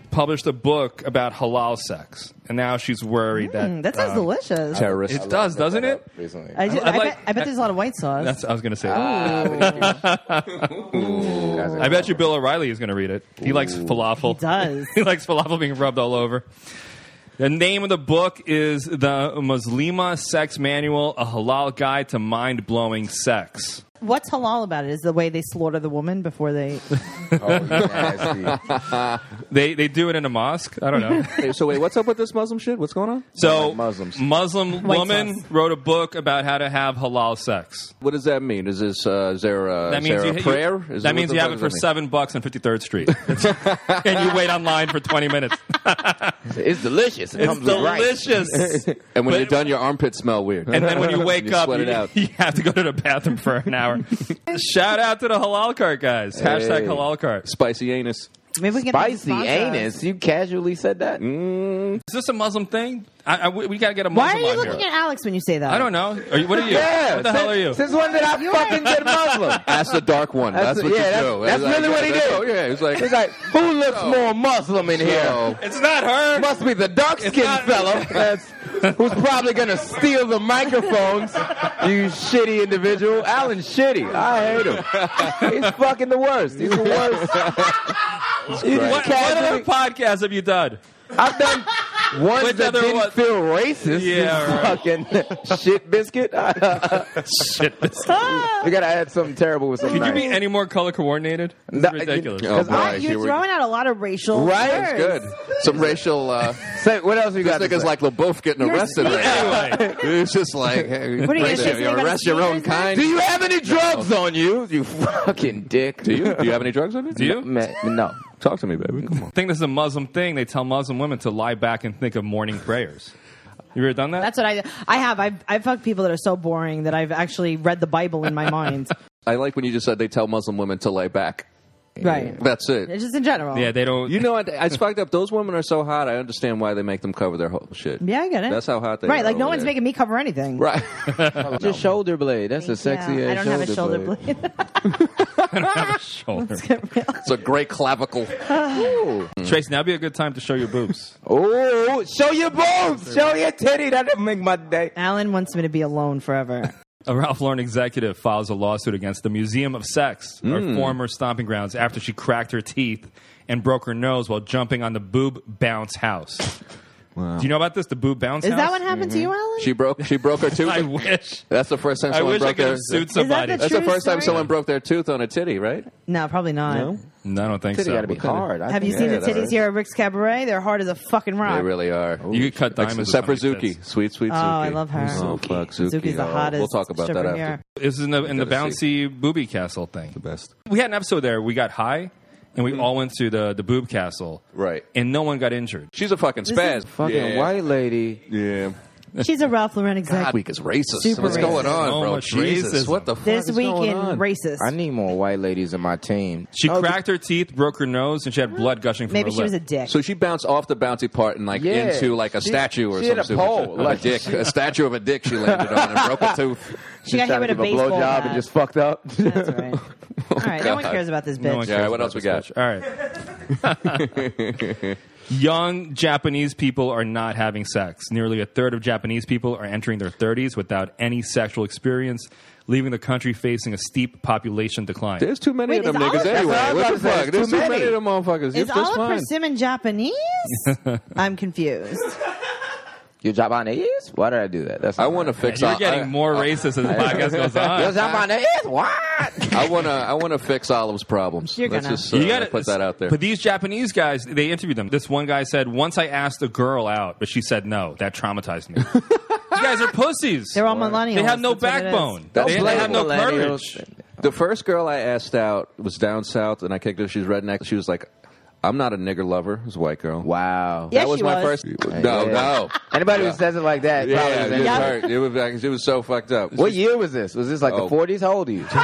S1: published a book about halal sex, and now she's worried that
S2: Mm, that sounds
S1: um,
S2: delicious.
S4: Terrorist.
S1: It does, doesn't it?
S5: Recently.
S2: I, just,
S1: I
S2: I,
S1: like-
S2: bet, I bet there's a lot of white sauce.
S1: That's I was gonna say. that. [LAUGHS]
S5: Guys,
S1: I bet you Bill O'Reilly is gonna read it. He likes falafel.
S2: He does.
S1: [LAUGHS] he likes falafel being rubbed all over. The name of the book is The Muslima Sex Manual: A Halal Guide to Mind Blowing Sex.
S2: What's halal about it is the way they slaughter the woman before they.
S5: oh, you
S4: [LAUGHS]
S5: nasty.
S1: They they do it in a mosque. I don't
S4: [LAUGHS]
S1: know.
S4: So wait, what's up with this Muslim shit? What's going on?
S1: So
S5: Like Muslims.
S1: Muslim
S2: White
S1: woman
S2: sauce.
S1: wrote a book about how to have halal sex.
S4: What does that mean? Is this uh, is there a,
S1: That
S4: is
S1: means
S4: there
S1: you,
S4: a
S1: you-
S4: prayer? Is
S1: that
S4: what
S1: means
S4: the
S1: you
S4: fuck
S1: have it
S4: does
S1: for
S4: that mean?
S1: seven bucks on Fifty Third Street, [LAUGHS] and you wait online for twenty minutes.
S5: it's delicious. It
S1: It's
S5: comes with
S4: [LAUGHS]
S5: rice.
S1: delicious.
S4: And when
S1: But-
S4: you're done, your armpits smell weird.
S1: And then when you wake
S4: you
S1: up,
S4: sweat
S1: you,
S4: it out.
S1: you have to go to the bathroom for an hour. Shout out to the halal cart guys. Hashtag
S5: Hey.
S1: halal cart.
S4: [LAUGHS] spicy anus.
S2: Maybe we can get them to
S5: Spicy
S2: sponsor us.
S5: anus. You casually said that.
S4: Mm,
S1: Is this a Muslim thing? I, I- we got to get a
S2: Why
S1: Muslim
S2: are you
S1: on here.
S2: looking at Alex when you say that?
S1: I don't know. Are you, what are you?
S5: Yeah.
S1: what the hell are you?
S5: Since when did I fucking
S2: [LAUGHS]
S5: get Muslim?
S4: That's the dark one. That's,
S5: That's-
S4: what
S5: yeah, that's-
S4: you do.
S5: that's really what he
S4: that's-
S5: did.
S4: Yeah, it's like,
S5: He's like, who looks more Muslim in here?
S4: so-
S1: it's not her.
S5: Must be the dark skinned
S1: not- [LAUGHS]
S5: fellow that's, who's probably gonna steal the microphones. You shitty individual. Alan's shitty. I hate him. He's fucking the worst. He's the worst. You just
S1: What, what other
S5: casually-
S1: podcasts have you done?
S5: I've done
S1: [LAUGHS]
S5: ones
S1: Which
S5: that
S1: other
S5: didn't
S1: one?
S5: feel racist.
S1: Yeah,
S5: Fucking shit biscuit. [LAUGHS]
S1: [LAUGHS] Shit. this-
S2: Ah,
S5: we gotta add something terrible with something.
S1: Could you be
S5: nice.
S1: any more color coordinated? This
S5: Nah,
S1: is
S5: you-
S1: ridiculous. Oh,
S5: Oh,
S2: Why-
S4: Right, here
S2: you're
S4: we-
S2: throwing out a lot of racial.
S5: Right?
S2: Words.
S5: That's
S4: good. Some racial. [LAUGHS] Uh,
S5: Say, what else we
S4: this
S5: got? to
S4: nigga's
S5: say?
S4: like LaBeouf getting
S2: You're
S4: arrested right
S1: Anyway,
S4: now. It's just like, hey,
S2: What are you,
S4: right
S2: gonna
S4: there,
S2: say something about
S4: arrest
S2: his
S4: your own
S2: penis now?
S4: kind.
S5: Do you have any drugs on you? You fucking dick.
S4: Do you? Do
S5: [LAUGHS]
S4: you have any drugs on you?
S1: do you
S5: Ma- No.
S4: Talk to me, baby. Come on.
S1: think this is a Muslim thing? They tell Muslim women to lie back and think of morning prayers. You ever done that?
S2: That's what I. I have. I've, I've fucked people that are so boring that I've actually read the Bible in my mind.
S4: I like when you just said they tell Muslim women to lay back.
S2: right.
S4: That's it.
S2: Just in general.
S1: yeah, they don't.
S4: You know, what? I, it's fucked up. Those women are so hot. I understand why they make them cover their whole shit.
S2: Yeah, I get it.
S4: That's how hot they
S2: Right.
S4: are
S2: Like no
S4: over
S2: one's
S4: there.
S2: making me cover anything.
S4: [LAUGHS] Right.
S5: Just shoulder blade. That's a sexy
S2: Yeah,
S5: ass
S2: I don't have a shoulder blade.
S1: [LAUGHS] shoulder.
S4: it's a great clavicle.
S1: Tracy, now would be a good time to show your boobs.
S5: Oh, show your boobs. Show your titty. That'll make my day.
S2: [LAUGHS] Alan wants me to be alone forever.
S1: A Ralph Lauren executive files a lawsuit against the Museum of Sex,
S4: Hmm.
S1: our former stomping grounds, after she cracked her teeth and broke her nose while jumping on the boob bounce house. Do you know about this? The boob bounce
S2: Is
S1: house?
S2: that what happened to you, Alan?
S4: Mm-hmm. She broke. She broke her
S1: [LAUGHS]
S4: tooth.
S1: I wish.
S4: That's the first time
S1: I
S4: someone
S1: wish I
S4: broke
S1: could
S4: their.
S1: have sued
S2: that
S1: somebody.
S2: the
S4: That's the
S2: True
S4: first
S2: story.
S4: time someone broke their tooth on a titty, right?
S2: no, probably not.
S1: no, I don't think
S5: Titty
S1: so.
S5: gotta be hard. I
S2: Have you
S5: think-
S2: seen
S5: Yeah,
S2: the
S5: that's-
S2: titties here at Rick's Cabaret? They're hard as a fucking rock.
S4: They really are.
S1: You could cut
S4: like
S1: diamonds
S4: except for
S1: with somebody's
S4: Zuki,
S1: tits.
S4: sweet, sweet.
S2: Oh,
S4: Zuki.
S2: I love her.
S4: Oh fuck, Zuki.
S2: Zuki's the
S4: Oh,
S2: hottest.
S4: We'll talk about that
S2: stripper
S4: after.
S2: here.
S1: This is in the, in the
S4: Gotta
S1: bouncy
S4: see.
S1: booby castle thing.
S4: Best.
S1: We had an episode there. We got high, and we all went to the the boob castle,
S4: Hmm. Right.
S1: And no one got injured.
S4: She's a fucking spaz.
S5: Fucking
S4: Yeah.
S5: white lady.
S4: Yeah.
S2: She's a Ralph Lauren
S4: God,
S2: exec.
S4: week is racist.
S2: Super
S4: What's going
S2: racist.
S4: on,
S1: So
S4: bro?
S1: much
S4: Jesus,
S1: racism.
S4: what the fuck
S2: this
S4: is
S2: week
S4: going
S2: in
S4: on?
S2: racist.
S5: I need more white ladies in my team.
S1: She
S5: Oh,
S1: cracked her teeth, broke her nose, and she had blood gushing from
S2: Maybe
S1: her
S2: she was a
S1: lip.
S2: dick.
S4: So she bounced off the bouncy part and like
S5: Yeah.
S4: into like a
S5: She-
S4: statue or
S5: she hit
S4: something.
S5: a pole,
S4: like
S5: like-
S4: a dick, a statue of a dick. She landed on
S2: [LAUGHS]
S4: and broke a tooth.
S2: she got hit
S5: trying
S2: with
S5: to
S2: a
S5: give a
S2: baseball
S5: blowjob
S2: bat.
S5: and just
S2: [LAUGHS]
S5: fucked up.
S2: That's
S4: [LAUGHS]
S2: right. All right, no one
S4: Oh, God.
S2: cares about this
S1: No one
S2: bitch.
S1: cares
S4: Yeah, what
S1: about
S4: else we
S1: this bitch. All right. [LAUGHS] Young Japanese people are not having sex. Nearly a third of Japanese people are entering their 30s without any sexual experience, leaving the country facing a steep population decline.
S4: There's too many
S2: Wait,
S4: of them
S2: is
S4: niggas
S2: Olive-
S4: anyway.
S5: That's what I
S4: What the
S5: was about to say,
S4: fuck?
S5: it's
S4: There's
S5: too
S4: too
S5: many.
S4: many of them motherfuckers.
S2: Is
S4: It's just
S2: Olive
S4: fine.
S2: Persimmon
S4: [LAUGHS]
S2: Japanese? I'm confused.
S5: You drop on the ears? Why did I do that? That's
S4: I
S5: not
S4: want to
S5: right.
S4: fix.
S1: You're
S4: Ol-
S1: getting
S4: I-
S1: more racist as the podcast goes on.
S5: You drop on the ears? [LAUGHS] What?
S4: I want to. I want to fix Olive's problems.
S2: You're
S4: Let's
S2: gonna.
S4: just uh, put that out there.
S1: But these Japanese guys, they interviewed them. This one guy said, "Once I asked a girl out, but she said no. That traumatized me." these guys are pussies.
S2: They're all millennials.
S1: They have no
S2: That's what it is.
S1: backbone.
S4: Don't
S1: They, they
S4: blame
S1: have no
S5: millennials.
S1: courage.
S4: The first girl I asked out was down south, and I kicked her. She's redneck. She was like, "I'm not a nigger lover." It's a white girl.
S5: Wow.
S2: Yeah.
S4: That was
S2: she
S4: my
S2: was.
S4: first. No,
S5: Yeah. [LAUGHS]
S4: no.
S5: Anybody who says it like that,
S4: Yeah,
S5: probably
S4: it
S5: is
S4: was,
S5: angry.
S4: hurt. It was like- it was so fucked up.
S5: What year was this? Was this like
S4: Oh.
S5: the 40s? How old are you?
S4: [LAUGHS]
S5: [LAUGHS]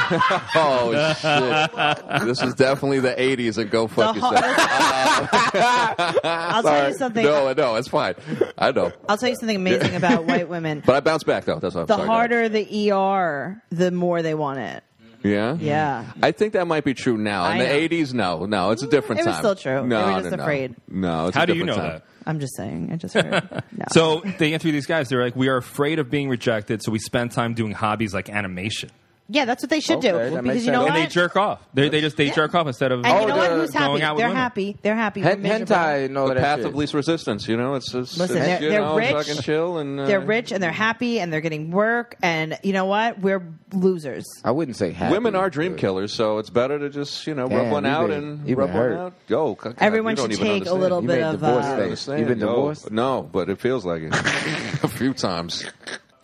S4: Oh shit! this is definitely the '80s, and go fuck
S2: The
S4: yourself.
S2: [LAUGHS] I'll tell you something.
S4: No, no, it's fine. I know,
S2: I'll tell you something amazing about white women.
S4: but I bounce back though. That's what I'm
S2: The
S4: talking
S2: harder the ER, the more they want it.
S4: about. Yeah,
S2: Yeah.
S4: I think that might be true now. In
S2: I
S4: the
S2: know.
S4: '80s, no, no, it's a different
S2: It was
S4: time.
S2: still true. They
S4: No,
S2: were just
S4: no, no.
S2: afraid.
S4: No, it's a
S1: How do you know
S4: different time.
S1: that?
S2: I'm just saying. I just heard. No.
S1: So they interview these guys. They're like, "We are afraid of being rejected, so we spend time doing hobbies like animation."
S2: yeah, that's what they should
S5: Okay,
S2: do
S5: that
S2: because
S5: makes
S2: you know
S5: sense.
S1: And
S2: what.
S1: they jerk off. They, they just they jerk off instead of.
S2: and you
S5: Oh,
S2: know what?
S5: they're
S2: Who's
S1: going
S2: happy?
S1: out with
S2: They're
S1: women.
S2: happy. They're happy.
S5: Hen-
S2: With miserable.
S5: hentai and all
S4: The
S5: that
S4: path
S5: shit.
S4: of least resistance. You know, it's just
S2: Listen,
S4: it's,
S2: they're-
S4: you
S2: they're
S4: know,
S2: rich.
S4: fucking chill, and uh,
S2: They're rich and they're happy and they're getting work and you know what? We're losers.
S5: I wouldn't say happy.
S4: Women are dream killers, so it's better to just you know rub
S5: Damn,
S4: one
S5: you
S4: out
S5: been-
S4: and
S5: you
S4: rub
S5: been
S4: one
S5: hurt.
S4: out. Yo, c- c-
S2: Everyone
S4: you don't
S2: should
S4: even
S2: take a
S4: understand.
S2: little
S5: You
S2: bit
S5: made
S2: of.
S5: divorce
S2: uh,
S5: thing.
S4: Understand.
S5: You been
S4: No,
S5: divorced?
S4: No, but it feels like it [LAUGHS] a few times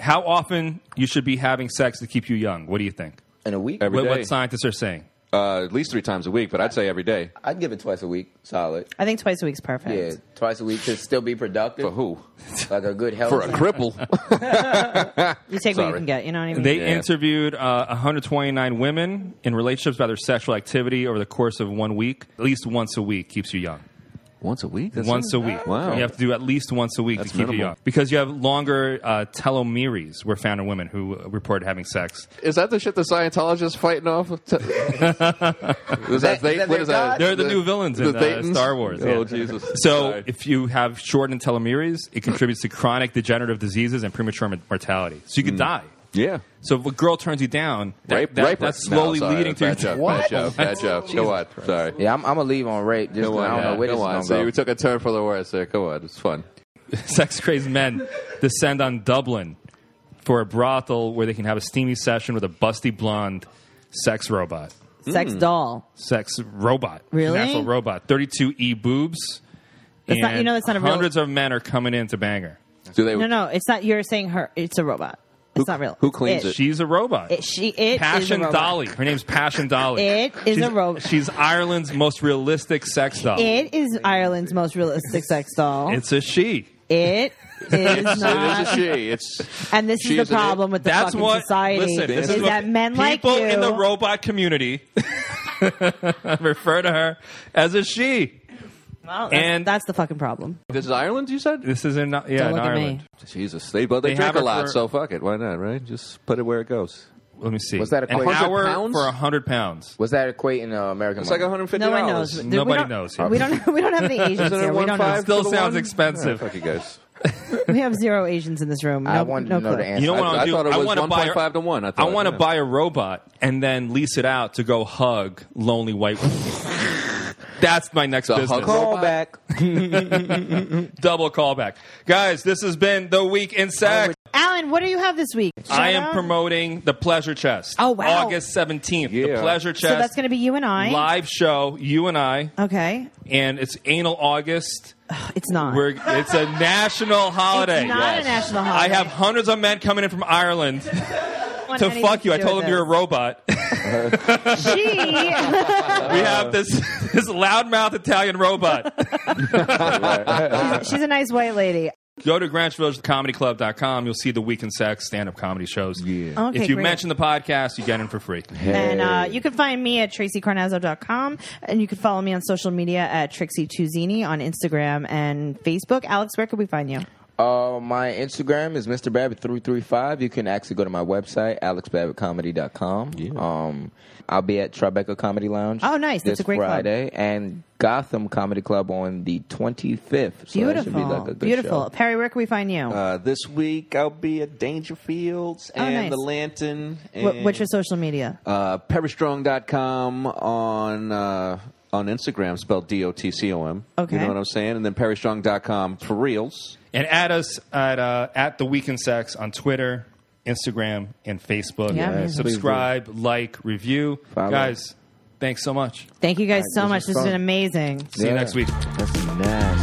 S1: How often you should be having sex to keep you young? What do you think?
S5: In a week?
S4: Every
S1: What,
S4: day.
S1: what scientists are saying?
S4: uh, at least three times a week, but I'd say every day.
S5: I'd give it twice a week. Solid.
S2: I think twice a week's perfect.
S5: Yeah, twice a week to still be productive.
S4: For who?
S5: Like a good health.
S4: For a cripple.
S2: You take what
S4: Sorry.
S2: you can get. You know what I mean?
S1: They
S4: Yeah.
S1: interviewed uh, 129 women in relationships by their sexual activity over the course of one week. At least once a week keeps you young.
S4: [LAUGHS] Once a week? That's
S1: once
S4: it? Oh.
S1: a week.
S4: Wow.
S1: You have to do at least once a week
S4: That's
S1: to keep you
S4: minimal.
S1: young. Because you have longer uh, telomeres were found in women who uh, reported having sex.
S4: Is that the shit the Scientologists fighting off?
S1: [LAUGHS]
S4: of t- is that, they,
S5: is that
S4: what
S5: their
S4: is that?
S5: god?
S1: They're the new villains in, uh,
S4: Thetans?
S1: Star Wars,
S4: Oh,
S1: yeah.
S4: Jesus.
S1: [LAUGHS] So
S4: Sorry.
S1: if you have shortened telomeres, it contributes to chronic degenerative diseases and premature m- mortality. So you could die.
S4: yeah.
S1: So if a girl turns you down, that,
S4: Hmm. Rape,
S1: that-
S4: rape her.
S1: that's slowly
S4: no, sorry,
S1: leading to
S4: bad joke, Bad joke. Bad joke. Come on. Sorry.
S5: Yeah, I'm, I'm gonna leave on rape. Just
S4: Come
S5: 'cause
S4: on.
S5: I don't know where
S4: Come
S5: this
S4: on.
S5: is
S4: So
S5: gonna
S4: you
S5: go.
S4: took a turn for the worse there. Come on. It's fun.
S1: [LAUGHS] sex crazed men descend on Dublin for a brothel where they can have a steamy session with a busty blonde sex robot.
S2: Sex doll.
S1: Sex robot.
S2: Really?
S1: Natural robot. 32E boobs.
S2: That's not-
S1: And
S2: you know, that's not a real-
S1: Hundreds of men are coming in to bang her.
S4: Do they? [LAUGHS]
S2: No, no, it's not. You're saying her. It's a robot. It's not real.
S4: who cleans it?
S1: She's a robot.
S2: It- she. It is
S1: Passion
S2: a robot.
S1: Dolly. Her name's Passion Dolly.
S2: It is
S1: she's,
S2: a robot.
S1: She's Ireland's most realistic sex doll.
S2: It is Ireland's most realistic sex doll.
S1: It's a she. [LAUGHS]
S2: it is
S4: It
S2: not.
S4: is a she. It's
S2: and this
S4: she
S2: is
S4: is
S2: the
S4: an it.
S2: problem with the
S1: That's
S2: fucking
S1: what.
S2: society
S1: listen, this
S2: is,
S1: is what
S2: that men like you.
S1: people in the robot community [LAUGHS] refer to her as a she.
S2: Well, that's,
S1: and-
S2: that's the fucking problem.
S4: This is Ireland, you said?
S1: This is in yeah in
S2: look at
S1: Ireland.
S2: me.
S4: Jesus. They, but they,
S1: They have
S4: drink a
S1: it
S4: lot,
S1: for-
S4: so fuck it. Why not, right? Just put it where it goes.
S1: Let me see.
S5: Was that a
S1: an
S5: hundred
S1: hour
S4: pounds?
S1: for hundred pounds?
S5: What's that equating uh, American?
S4: It's like
S5: money?
S4: 150
S2: No one knows. We
S1: Nobody
S2: don't-
S1: knows.
S2: We don't. We don't have any Asians
S4: Isn't
S2: here.
S4: it
S2: We
S4: one
S2: don't
S4: five?
S2: know.
S1: Still
S4: for the
S1: sounds
S4: one?
S1: expensive.
S4: fuck you guys.
S2: We have zero Asians in this room. No,
S5: I wanted
S2: no
S5: to know the
S2: clue.
S5: answer.
S1: You know
S4: I-
S1: what I,
S4: I
S1: want to
S4: thought
S1: do?
S4: it
S1: I
S4: was
S1: want to buy
S4: 1.5 to 1, I thought,
S1: want to
S4: yeah.
S1: buy a robot and then lease it out to go hug lonely white.
S4: [LAUGHS]
S1: women. That's my next
S4: The
S1: business.
S4: hug
S5: Call back.
S1: Double callback, guys. This has been the week
S2: Oh,
S1: in sex.
S2: Alan, what do you have this week?
S1: I
S2: Shout
S1: am
S2: out?
S1: promoting the Pleasure Chest.
S2: Oh, wow.
S1: August seventeenth, the
S4: Yeah.
S1: Pleasure Chest.
S2: So that's going to be you and I.
S1: live show. You and I,
S2: Okay,
S1: and it's anal August.
S2: it's not.
S1: We're, it's a
S2: [LAUGHS]
S1: national holiday.
S2: It's not a national holiday. [LAUGHS]
S1: I have hundreds of men coming in from Ireland
S2: want
S1: to
S2: anything
S1: fuck you.
S2: to
S1: I
S2: do
S1: told
S2: with
S1: him you're a robot. [LAUGHS]
S2: She.
S1: we have this [LAUGHS] this loudmouth Italian
S2: [LAUGHS]
S1: robot.
S2: She's a nice white lady.
S1: Go to GranchvilleComedyClub.com. You'll see the Week in Sex stand-up comedy shows. Yeah.
S2: Okay,
S1: if you
S2: great.
S1: mention the podcast, you get in for free.
S2: And uh, you can find me at tracycarnazzo.com. And you can follow me on social media at Trixie Tuzini on Instagram and Facebook. Alex, where could we find you?
S5: Uh, my Instagram is Mr. Babbitt three three five. You can actually go to my website alexbabbittcomedy.com. Um, I'll be at Tribeca Comedy Lounge.
S2: Oh, nice. That's
S5: this
S2: a great club.
S5: Friday and Gotham Comedy Club on the twenty fifth. So that
S2: Beautiful.
S5: should be like a good
S2: Beautiful.
S5: show.
S2: Perry, where can we find you?
S4: Uh, this week I'll be at Dangerfields
S2: Oh,
S4: and
S2: nice.
S4: the Lantern.
S2: Wh-
S4: And,
S2: what's your social media?
S4: uh, perrystrong.com on uh, on Instagram, spelled D O T C O M.
S2: Okay.
S4: You know what I'm saying? And then perrystrong.com for reels.
S1: And add us at uh, at the Week in Sex on Twitter, Instagram, and Facebook.
S2: Yeah, Yes, man.
S1: Subscribe, like, review,
S5: Follow.
S1: guys. Thanks so much.
S2: Thank you guys so
S5: this
S2: much.
S5: was
S2: This has
S5: fun.
S2: been amazing.
S1: See you next week.
S5: That's nasty.